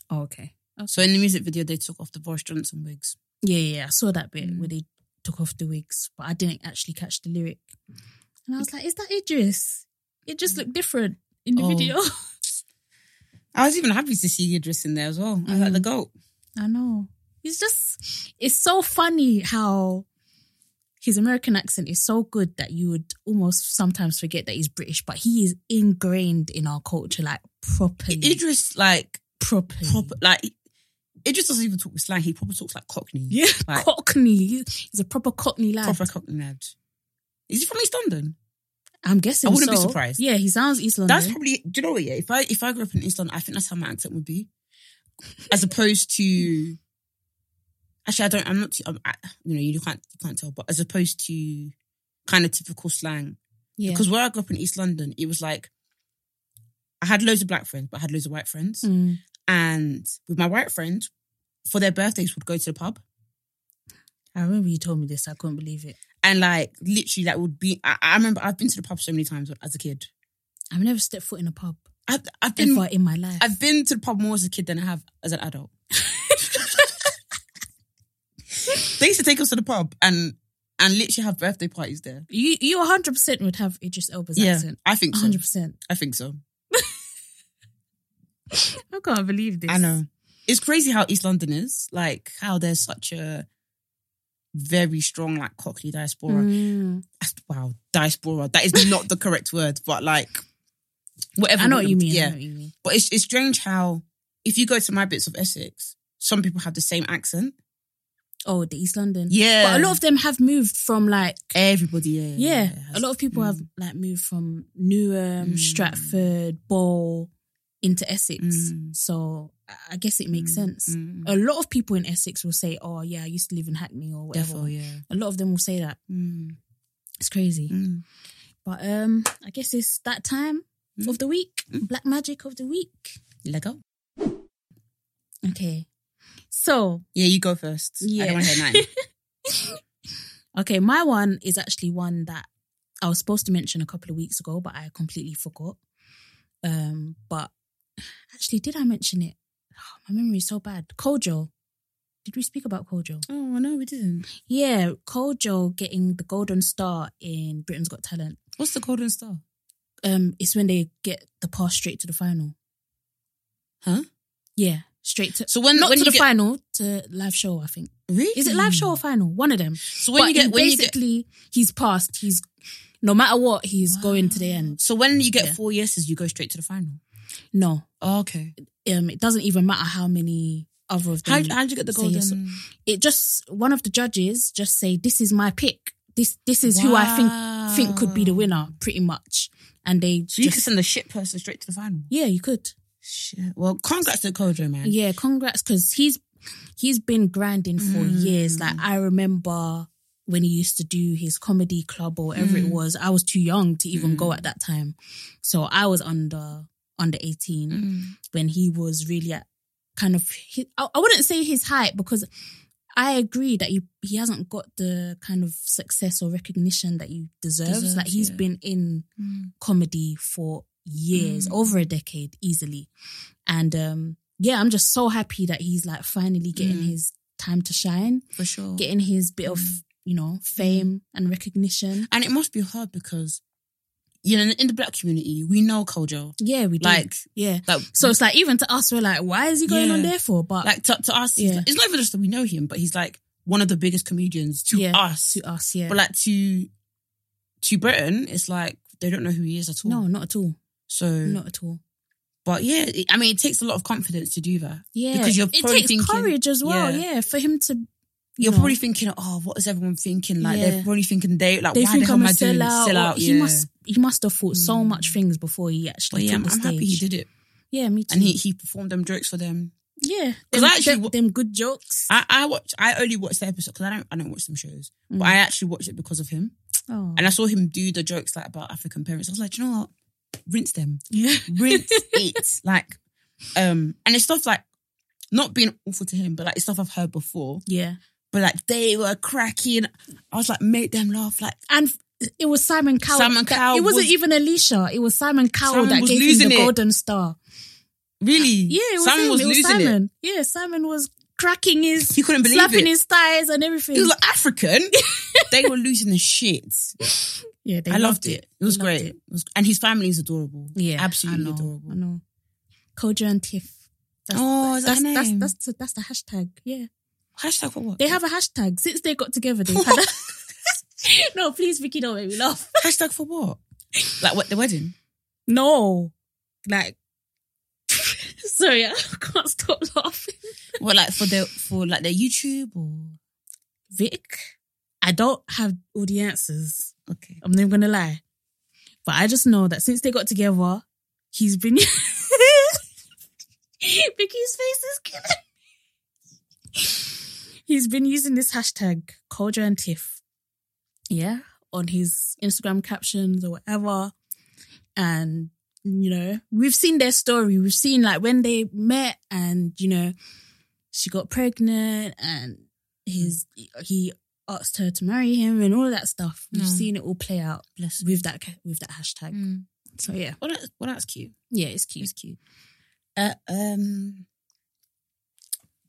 S2: Oh, okay.
S1: So in the music video, they took off the Boris Johnson wigs.
S2: Yeah, yeah, I saw that bit
S1: Mm.
S2: where they took off the wigs, but I didn't actually catch the lyric. And I was like, is that Idris? It just looked different in the
S1: Oh.
S2: video.
S1: I was even happy to see Idris in there as well. I was
S2: Mm.
S1: like the goat.
S2: I know. It's just, it's so funny how his American accent is so good that you would almost sometimes forget that he's British, but he is ingrained in our culture, like properly.
S1: Idris like
S2: properly.
S1: proper like Idris doesn't even talk with slang. He probably talks like Cockney.
S2: Yeah,
S1: Like-
S2: Cockney. He- He's a proper Cockney lad.
S1: proper Cockney lad. Is he from East London?
S2: I'm guessing.
S1: I wouldn't be
S2: so.
S1: surprised.
S2: Yeah, he sounds East London.
S1: That's probably. Do you know what? Yeah, if I if I grew up in East London, I think that's how my accent would be, as opposed to. Actually, I don't. I'm not. Too, I'm, I, you know, you can't you can't tell, but as opposed to kind of typical slang,
S2: yeah.
S1: because where I grew up in East London, it was like I had loads of black friends, but I had loads of white friends,
S2: Mm.
S1: and with my white friends, for their birthdays, would go to the pub.
S2: I remember you told me this. I couldn't believe it.
S1: And like literally, that would be. I, I remember I've been to the pub so many times as a kid.
S2: I've never stepped foot in a pub
S1: I've, I've been
S2: ever in my life.
S1: I've been to the pub more as a kid than I have as an adult. they used to take us to the pub and and literally have birthday parties there.
S2: you you 100 percent would have Idris Elba's accent.
S1: I think so.
S2: 100. percent
S1: I think so.
S2: I can't believe this.
S1: I know. It's crazy how East London is like how there's such a very strong like Cockney diaspora.
S2: Mm.
S1: That's- Wow, diaspora. That is not the correct word, but like whatever.
S2: I know what
S1: word-
S2: you mean. I
S1: Yeah,
S2: know what you mean.
S1: But it's it's strange how if you go to my bits of Essex, some people have the same accent.
S2: Oh, the East London.
S1: Yeah,
S2: But a lot of them have moved from like
S1: everybody. Yeah,
S2: yeah, mm. a lot of people have like moved from Newham,
S1: Mm.
S2: Stratford, Bowl into Essex.
S1: Mm.
S2: So I- I guess it makes sense. Oh,
S1: Mm.
S2: A lot of people in Essex will say, "Oh yeah, I used to live in Hackney or whatever."
S1: Therefore, yeah.
S2: A lot of them will say that.
S1: Mm.
S2: It's crazy.
S1: Mm.
S2: But um, I guess it's that time
S1: Mm.
S2: of the week, Black Magic of the week.
S1: Lego.
S2: Okay, so
S1: Yeah, you go first. I
S2: Yeah.
S1: don't want to hear nine.
S2: Okay, my one is actually one that I was supposed to mention a couple of weeks ago, but I completely forgot. Um, but actually, did I mention it? Oh, my memory is so bad. Kojo. Did we speak about Kojo?
S1: oh no, we didn't.
S2: Yeah, Kojo getting the golden star in Britain's Got Talent.
S1: What's the golden star?
S2: Um, it's when they get the pass straight to the final.
S1: Huh?
S2: Yeah, straight to
S1: So when
S2: not
S1: when
S2: to
S1: you
S2: the
S1: get,
S2: final to live show. I think
S1: really
S2: is it live show or final? One of them.
S1: So when
S2: But
S1: you get
S2: he
S1: when you get
S2: basically he's passed. He's no matter what, he's going to the end.
S1: so when you get
S2: Yeah.
S1: four yeses, you go straight to the final.
S2: No,
S1: Oh, okay.
S2: um, it doesn't even matter how many other of
S1: How
S2: them.
S1: how did you get the
S2: say
S1: golden?
S2: yes. It just one of the judges just say, "This is my pick. This this is who I think think could be the
S1: Wow.
S2: winner." Pretty much, and they
S1: So you
S2: just
S1: could send the shit person straight to the final.
S2: yeah, you could
S1: Shit. Well, congrats to Kojo, man.
S2: yeah. Congrats, because he's he's been grinding for
S1: Mm.
S2: years. Like I remember when he used to do his comedy club or whatever
S1: Mm.
S2: it was. I was too young to even go at that time, so I was under under eighteen.
S1: Mm.
S2: when he was really at kind of his, I, I wouldn't say his height because I agree that you he hasn't got the kind of success or recognition that he deserves.
S1: Deserves,
S2: like he's
S1: yeah.
S2: been in
S1: mm,
S2: comedy for years, over a decade easily. And um yeah, I'm just so happy that he's like finally getting
S1: Mm.
S2: his time to shine,
S1: for sure.
S2: getting his bit of,
S1: Mm.
S2: you know, fame and recognition.
S1: And it must be hard because you know in the black community we know Kojo.
S2: Yeah, we do.
S1: Like
S2: yeah.
S1: like
S2: So it's like even to us we're like, why is he going
S1: Yeah.
S2: on there for? But
S1: like to, to us, he's
S2: Yeah.
S1: like- it's not even just that we know him, but he's like one of the biggest comedians to
S2: Yeah,
S1: us.
S2: to us, yeah.
S1: But like to to Britain, it's like they don't know who he is at all.
S2: no, not at all.
S1: So,
S2: Not at all.
S1: but yeah, it, I mean, it takes a lot of confidence to do that.
S2: Yeah,
S1: Because you're
S2: it
S1: probably
S2: takes
S1: thinking-
S2: courage as well.
S1: yeah.
S2: Yeah. for him to you
S1: You're
S2: know,
S1: probably thinking, oh, what is everyone thinking? Like they're
S2: Yeah.
S1: probably thinking they like
S2: they
S1: why
S2: think
S1: the hell
S2: I'm
S1: am
S2: a
S1: I doing this?
S2: sellout.
S1: sell
S2: or
S1: out?
S2: He must he must have thought so much things before he
S1: But
S2: actually
S1: yeah,
S2: took
S1: I'm,
S2: the
S1: I'm
S2: stage.
S1: happy he did it,
S2: Yeah, me too.
S1: and he he performed them jokes for them.
S2: yeah,
S1: 'Cause
S2: them,
S1: I actually
S2: them-
S1: wa-
S2: them good jokes.
S1: I, I watch. I only watch the episode because I don't. I don't watch some shows,
S2: Mm.
S1: but I actually watched it because of him.
S2: oh.
S1: And I saw him do the jokes like about African parents. I was like, "Do you know what? Rinse them,
S2: yeah,
S1: rinse it. Like, um, and it's stuff like not being awful to him, but like it's stuff I've heard before.
S2: yeah,
S1: But like they were cracking. I was like, make them laugh. Like
S2: and f- it was Simon Cowell.
S1: Simon
S2: that-
S1: Cowell
S2: It wasn't
S1: was-
S2: even Alicia. It was Simon Cowell
S1: Simon
S2: that
S1: was
S2: gave him
S1: losing
S2: the
S1: it.
S2: golden star.
S1: really,
S2: Yeah, it was
S1: Simon
S2: him.
S1: was
S2: it was
S1: losing it.
S2: Simon. Yeah, Simon was cracking his,
S1: He couldn't believe
S2: slapping
S1: it.
S2: his thighs and everything.
S1: He was like, African? they were losing the shit.
S2: yeah, they
S1: I loved it. It was
S2: They loved
S1: great.
S2: it.
S1: It was- and his family is adorable.
S2: Yeah,
S1: Absolutely
S2: I know, I
S1: adorable.
S2: know. Kojo and Tiff.
S1: Oh, is that
S2: that's,
S1: her
S2: that's,
S1: name?
S2: that's the- that's the hashtag. Yeah,
S1: Hashtag what? what?
S2: they have a hashtag since they got together. They've had a- no, please, Vicky, don't make me laugh.
S1: Hashtag for what? Like what the wedding?
S2: No, like sorry, I can't stop laughing.
S1: What like for their for like their YouTube or
S2: Vic, I don't have all the answers.
S1: okay.
S2: I'm not gonna lie. But I just know that since they got together, he's been Vicky's face is killing me. He's been using this hashtag Cauldron and Tiff. Yeah. On his Instagram captions or whatever. And you know, we've seen their story. We've seen like when they met and, you know, she got pregnant and his he asked her to marry him and all of that stuff. We've
S1: Mm.
S2: seen it all play out
S1: Bless.
S2: with that ca- with that hashtag. So yeah,
S1: Well, that's well that's cute.
S2: Mm. yeah, it's cute.
S1: It's cute. Uh, um,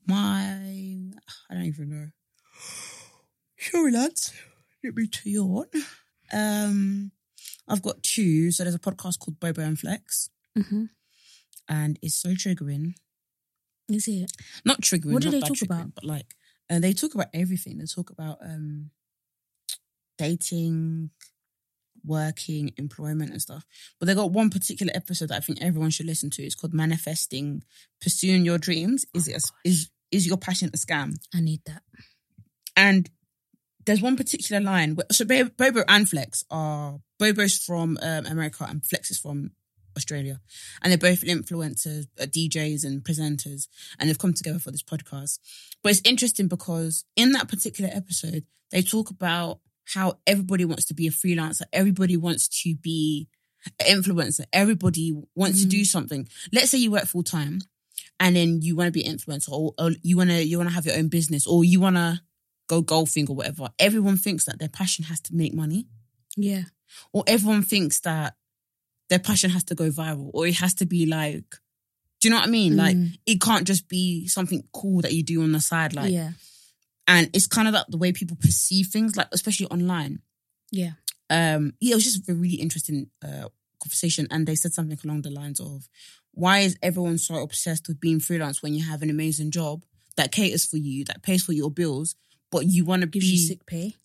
S1: my I don't even know. Sorry, lads. Let me to yawn. Um, I've got two. So there's a podcast called Bobo and Flex,
S2: Mm-hmm.
S1: and it's so triggering.
S2: Is it?
S1: Not triggering.
S2: What do
S1: not
S2: they
S1: bad
S2: talk
S1: triggering,
S2: about?
S1: But like, uh, they talk about everything. They talk about um, dating, working, employment, and stuff. But they got one particular episode that I think everyone should listen to. It's called "Manifesting: Pursuing Your Dreams."
S2: Oh,
S1: Is it? A, is is your passion a scam?
S2: I need that.
S1: And there's one particular line. where- So Bo- Bobo and Flex are Bobo's from um, America and Flex is from Australia, and they're both influencers, uh, DJs, and presenters, and they've come together for this podcast. But it's interesting because in that particular episode, they talk about how everybody wants to be a freelancer, everybody wants to be an influencer, everybody wants to
S2: Mhm.
S1: do something. Let's say you work full time, and then you want to be an influencer, or, or you want to you want to have your own business, or you want to go golfing or whatever. Everyone thinks that their passion has to make money,
S2: Yeah,
S1: or everyone thinks that their passion has to go viral, or it has to be like, do you know what I mean? Like
S2: Mm.
S1: it can't just be something cool that you do on the side, like.
S2: yeah,
S1: And it's kind of like the way people perceive things, like especially online.
S2: yeah.
S1: Um, yeah, it was just a really interesting uh, conversation, and they said something along the lines of, "Why is everyone so obsessed with being freelance when you have an amazing job that caters for you, that pays for your bills, but you want to be
S2: Gives you sick pay.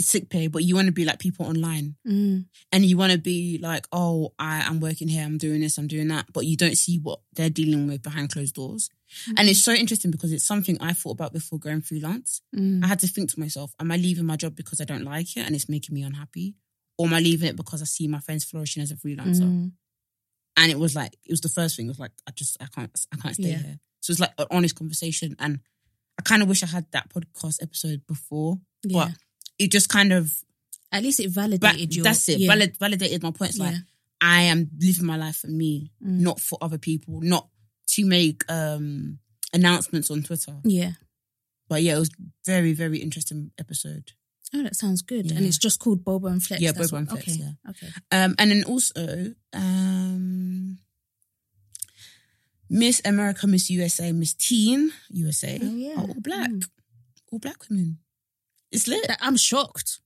S1: sick pay, but you want to be like people online
S2: Mm.
S1: and you want to be like, oh, I am working here, I'm doing this, I'm doing that, but you don't see what they're dealing with behind closed doors. And it's so interesting because it's something I thought about before going freelance.
S2: Mm.
S1: I had to think to myself, am I leaving my job because I don't like it and it's making me unhappy? Or am I leaving it because I see my friends flourishing as a freelancer?
S2: Mm.
S1: And it was like, it was the first thing. It was like, I just, I can't, I can't stay
S2: Yeah.
S1: here. So it's like an honest conversation. And I kind of wish I had that podcast episode before,
S2: Yeah.
S1: but it just kind of
S2: At least it
S1: but
S2: validated your.
S1: that's it.
S2: Yeah.
S1: Valid, validated my points. Like
S2: Yeah.
S1: I am living my life for me,
S2: Mm.
S1: not for other people, not to make um announcements on Twitter.
S2: Yeah.
S1: But yeah, it was very very interesting episode.
S2: Oh, that sounds good.
S1: Yeah.
S2: And it's just called Boba and Flex.
S1: Yeah,
S2: that's
S1: Boba
S2: what-
S1: and Flex,
S2: Okay.
S1: yeah.
S2: Okay.
S1: Um, and then also um Miss America, Miss USA, Miss Teen USA
S2: Oh, yeah.
S1: are all black,
S2: Mm.
S1: all black women. It's lit,
S2: That- I'm shocked.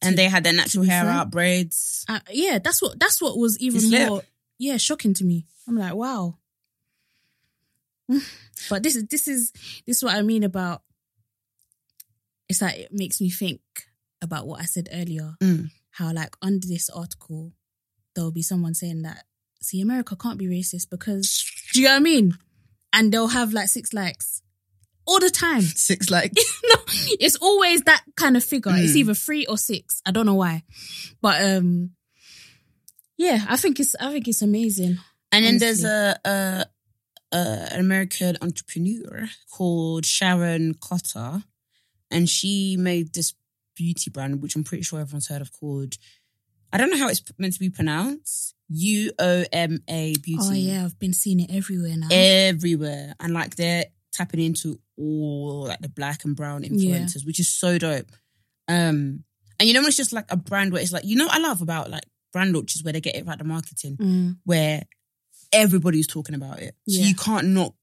S1: and they had their natural
S2: be
S1: hair
S2: fair.
S1: out, braids.
S2: Uh, yeah, that's what that's what was even
S1: It's lit.
S2: more yeah shocking to me. I'm like, wow. but this is this is this is what I mean about. It's like it makes me think about what I said earlier.
S1: Mm.
S2: How like under this article, there will be someone saying that see America can't be racist because do you know what I mean? And they'll have like six likes all the time.
S1: Six like
S2: no, it's always that kind of figure. It's
S1: Mm.
S2: either three or six. I don't know why, but um, yeah, I think it's I think it's amazing.
S1: And then there's a, a, a an American entrepreneur called Sharon Cotter, and she made this beauty brand, which I'm pretty sure everyone's heard of, called I don't know how it's meant to be pronounced. U O M A Beauty.
S2: Oh yeah, I've been seeing it everywhere now.
S1: Eh, everywhere, and like they're tapping into all like the black and brown influencers, which is so dope. Um, and you know, when it's just like a brand where it's like you know, what I love about like brand launches where they get it right the marketing
S2: Mm,
S1: where everybody's talking about it. So
S2: Yeah.
S1: you can't not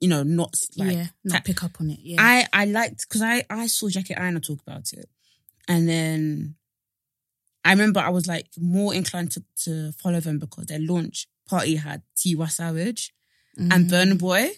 S1: you know, not like
S2: yeah, not pick up on it. Yeah.
S1: I I liked because I I saw Jackie Iona talk about it, and then I remember I was like more inclined to, to follow them because their launch party had Tiwa Savage and Burna Boy.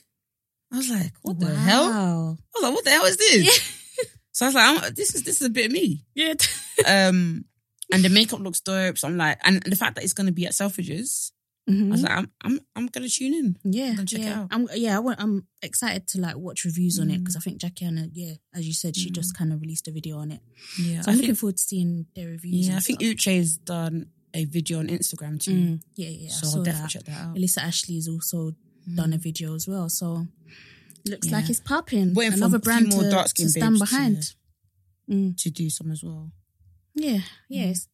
S1: I was like, what the hell? I
S2: Mm-hmm. Wow.
S1: was like, what the hell is this? so I was like, I'm, this is this is a bit of me.
S2: Yeah.
S1: Um, and the makeup looks dope. So I'm like, and the fact that it's gonna be at Selfridges, I was like, I'm I'm I'm gonna tune in.
S2: Mm-hmm. Yeah,
S1: Go check it
S2: yeah.
S1: out. Mm.
S2: I'm yeah, I want, I'm excited to like watch reviews on it because I think Jackie Anna, yeah, as you said, she just kind of released a video on it.
S1: Yeah,
S2: So I'm looking forward to seeing their reviews.
S1: yeah.
S2: and
S1: I think
S2: stuff.
S1: Uche's done a video on Instagram too.
S2: Mm, yeah, yeah. I
S1: So
S2: saw
S1: I'll definitely
S2: that. Mm,
S1: check that out.
S2: Elisa Ashley has also done a video as well. So looks
S1: Mm. Yeah.
S2: like it's popping.
S1: Waiting for
S2: Another
S1: a few
S2: brand
S1: more
S2: to,
S1: dark-skinned
S2: to stand
S1: babes to-
S2: behind. Mm.
S1: to do some as well. Mm.
S2: Yeah, yeah. it's-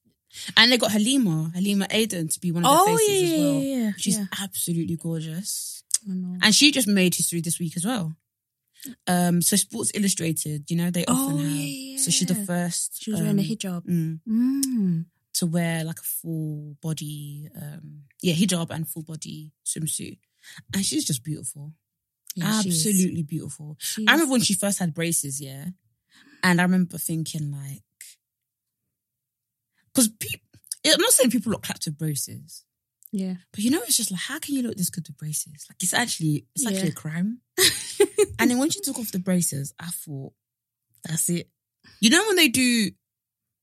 S1: And they got Halima, Halima Aden to be one of their
S2: Oh,
S1: faces
S2: yeah,
S1: as well.
S2: yeah, yeah, yeah.
S1: She's
S2: Yeah.
S1: absolutely gorgeous.
S2: I know.
S1: And she just made history this week as well. Um, so Sports Illustrated, you know, they often
S2: Oh,
S1: have.
S2: yeah,
S1: So she's the
S2: yeah.
S1: first.
S2: She was wearing a
S1: um,
S2: hijab.
S1: mm,
S2: Mm.
S1: to wear like a full body, um, yeah, hijab and full body swimsuit. And she's just beautiful.
S2: Yeah, she is.
S1: absolutely beautiful. I
S2: She is.
S1: remember when she first had braces, yeah. And I remember thinking, like, because people, eh, I'm not saying people look clapped with braces,
S2: Yeah.
S1: but you know, it's just like, how can you look this good with braces? Like, it's actually, it's actually
S2: Yeah.
S1: a crime. and then when she took off the braces, I thought, that's it. You know, when they do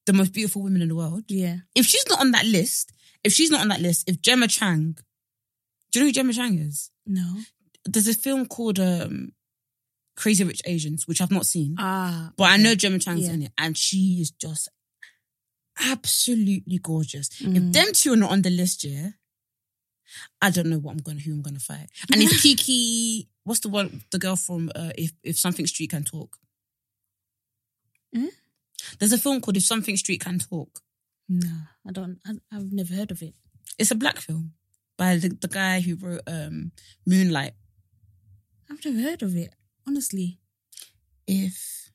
S1: the most beautiful women in the world,
S2: Yeah.
S1: if she's not on that list, if she's not on that list, if Gemma Chang, do you know who Gemma Chang is?
S2: No.
S1: there's a film called um, Crazy Rich Asians, which I've not seen,
S2: Ah.
S1: but I know Gemma Chang's
S2: Yeah.
S1: in it, and she is just absolutely gorgeous.
S2: Mm.
S1: If them two are not on the list, yeah, I don't know what I'm gonna who I'm gonna fight. And if Kiki, what's the one, the girl from uh, If If Something Street Can Talk?
S2: Hmm?
S1: There's a film called If Something Street Can Talk.
S2: No. I don't. I, I've never heard of it.
S1: It's a black film by the, the guy who wrote um, Moonlight.
S2: I've never heard of it. Honestly.
S1: if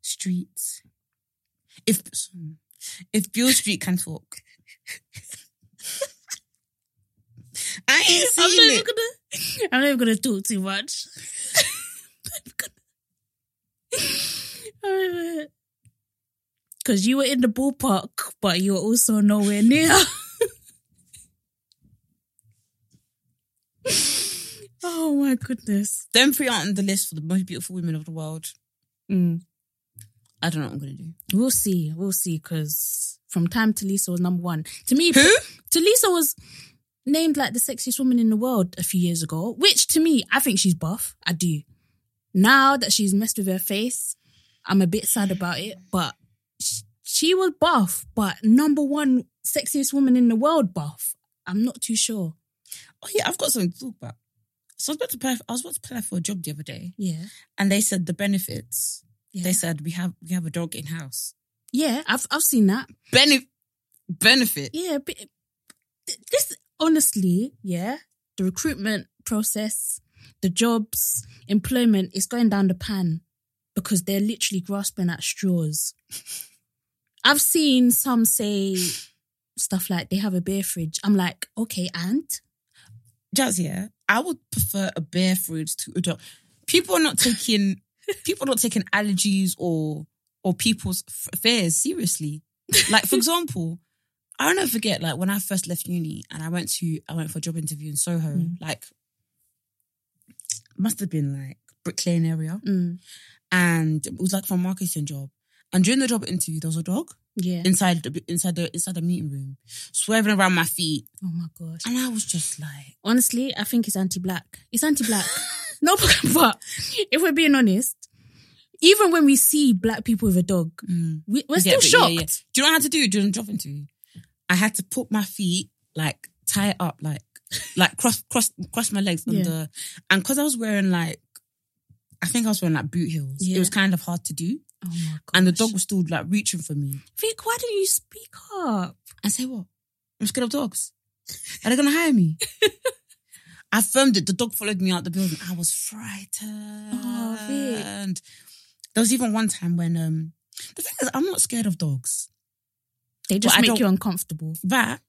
S1: streets if if Bill Street can talk. I ain't
S2: I'm not
S1: seen
S2: even
S1: it.
S2: gonna. I'm not even gonna talk too much. Because you were in the ballpark, but you were also nowhere near. oh my goodness!
S1: Them three aren't on the list for the most beautiful women of the world.
S2: Mm.
S1: I don't know what I'm gonna do.
S2: We'll see. We'll see. Because from time to Lisa was number one to me.
S1: Who?
S2: Talisa was named like the sexiest woman in the world a few years ago, which to me, I think she's buff. I do. Now that she's messed with her face, I'm a bit sad about it, but sh- she was buff, but number one sexiest woman in the world buff. I'm not too sure.
S1: Oh yeah, I've got something to talk about. So I was about to apply. I was about to apply for a job the other day,
S2: Yeah.
S1: and they said the benefits.
S2: Yeah.
S1: They said we have we have a dog in house.
S2: Yeah, I've I've seen that.
S1: Benef- benefit.
S2: Yeah, but th- this honestly, yeah, the recruitment process, the jobs, employment is going down the pan because they're literally grasping at straws. I've seen some say stuff like they have a beer fridge. I'm like, okay, and
S1: Jazz, yeah, I would prefer a bare fruit to a dog. People are not taking people are not taking allergies or or people's f- fears seriously. Like for example, I don't forget like when I first left uni and I went to I went for a job interview in Soho. Like must have been like Brick Lane area,
S2: Mm,
S1: and it was like for a marketing job. And during the job interview, there was a dog
S2: yeah.
S1: inside the inside the inside the meeting room, swerving around my feet,
S2: Oh my gosh.
S1: and I was just like.
S2: Honestly, I think it's anti-black. It's anti-black. no, but, but if we're being honest, even when we see black people with a dog,
S1: mm.
S2: we, we're
S1: Yeah,
S2: still
S1: but
S2: shocked.
S1: yeah, yeah. Do you know what I had to do during the job interview? I had to put my feet like tie it up, like like cross cross cross my legs
S2: Yeah.
S1: under, and because I was wearing like. I think I was wearing like boot heels. It
S2: Yeah.
S1: was kind of hard to do.
S2: Oh my god!
S1: And the dog was still like reaching for me.
S2: Vic, why don't you speak up?
S1: I say, What? I'm scared of dogs. Are they going to hire me? I filmed it. The dog followed me out the building. I was frightened.
S2: Oh, Vic.
S1: There was even one time when, um, the thing is, I'm not scared of dogs.
S2: They just
S1: Well, I
S2: make
S1: don't-
S2: you uncomfortable.
S1: that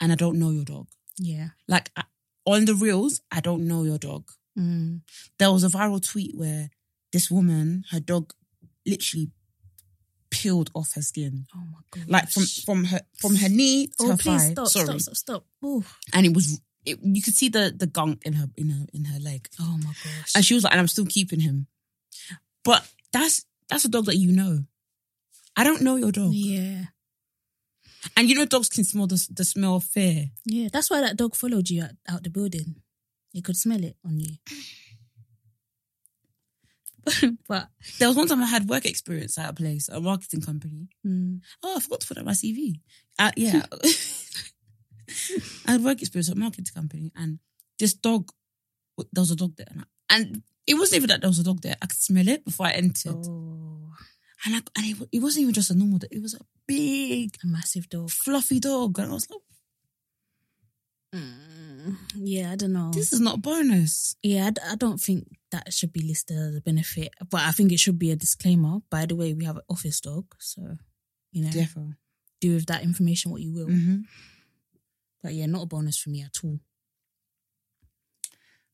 S1: and I don't know your dog.
S2: Yeah.
S1: Like I- on the reels, I don't know your dog.
S2: Mm.
S1: There was a viral tweet where this woman, her dog, literally peeled off her skin,
S2: Oh my god!
S1: like from from her from her knee to
S2: oh
S1: her
S2: please
S1: thigh.
S2: stop,
S1: Sorry,
S2: stop stop stop Ooh.
S1: and it was it, you could see the the gunk in her in her in her leg,
S2: Oh my gosh!
S1: and she was like, and I'm still keeping him, but that's that's a dog that you know. I don't know your dog,
S2: yeah,
S1: and you know dogs can smell the the smell of fear.
S2: yeah. That's why that dog followed you out, out the building. You could smell it on you. but
S1: There was one time I had work experience at a place, a marketing company.
S2: mm,
S1: Oh, I forgot to put that on my CV. Uh, yeah. I had work experience at a marketing company and this dog, there was a dog there. And, I- and it wasn't even that there was a dog there. I could smell it before I entered.
S2: oh,
S1: And, I, and it, wa- it wasn't even just a normal dog. It was a big,
S2: a massive dog.
S1: fluffy dog. And I was like,
S2: Oh. Mm, yeah, I don't know.
S1: this is not a bonus.
S2: Yeah, I, d- I don't think that should be listed as a benefit, but I think it should be a disclaimer. By the way, we have an office dog, so you know,
S1: Therefore.
S2: do with that information what you will.
S1: Mhm.
S2: But yeah, not a bonus for me at all.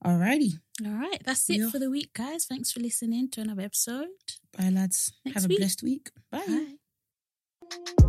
S1: Alrighty.
S2: All right, that's it
S1: Yeah.
S2: for the week, guys. Thanks for listening to another episode.
S1: Bye, lads.
S2: Next
S1: Have a
S2: week.
S1: blessed week. Bye.
S2: Bye.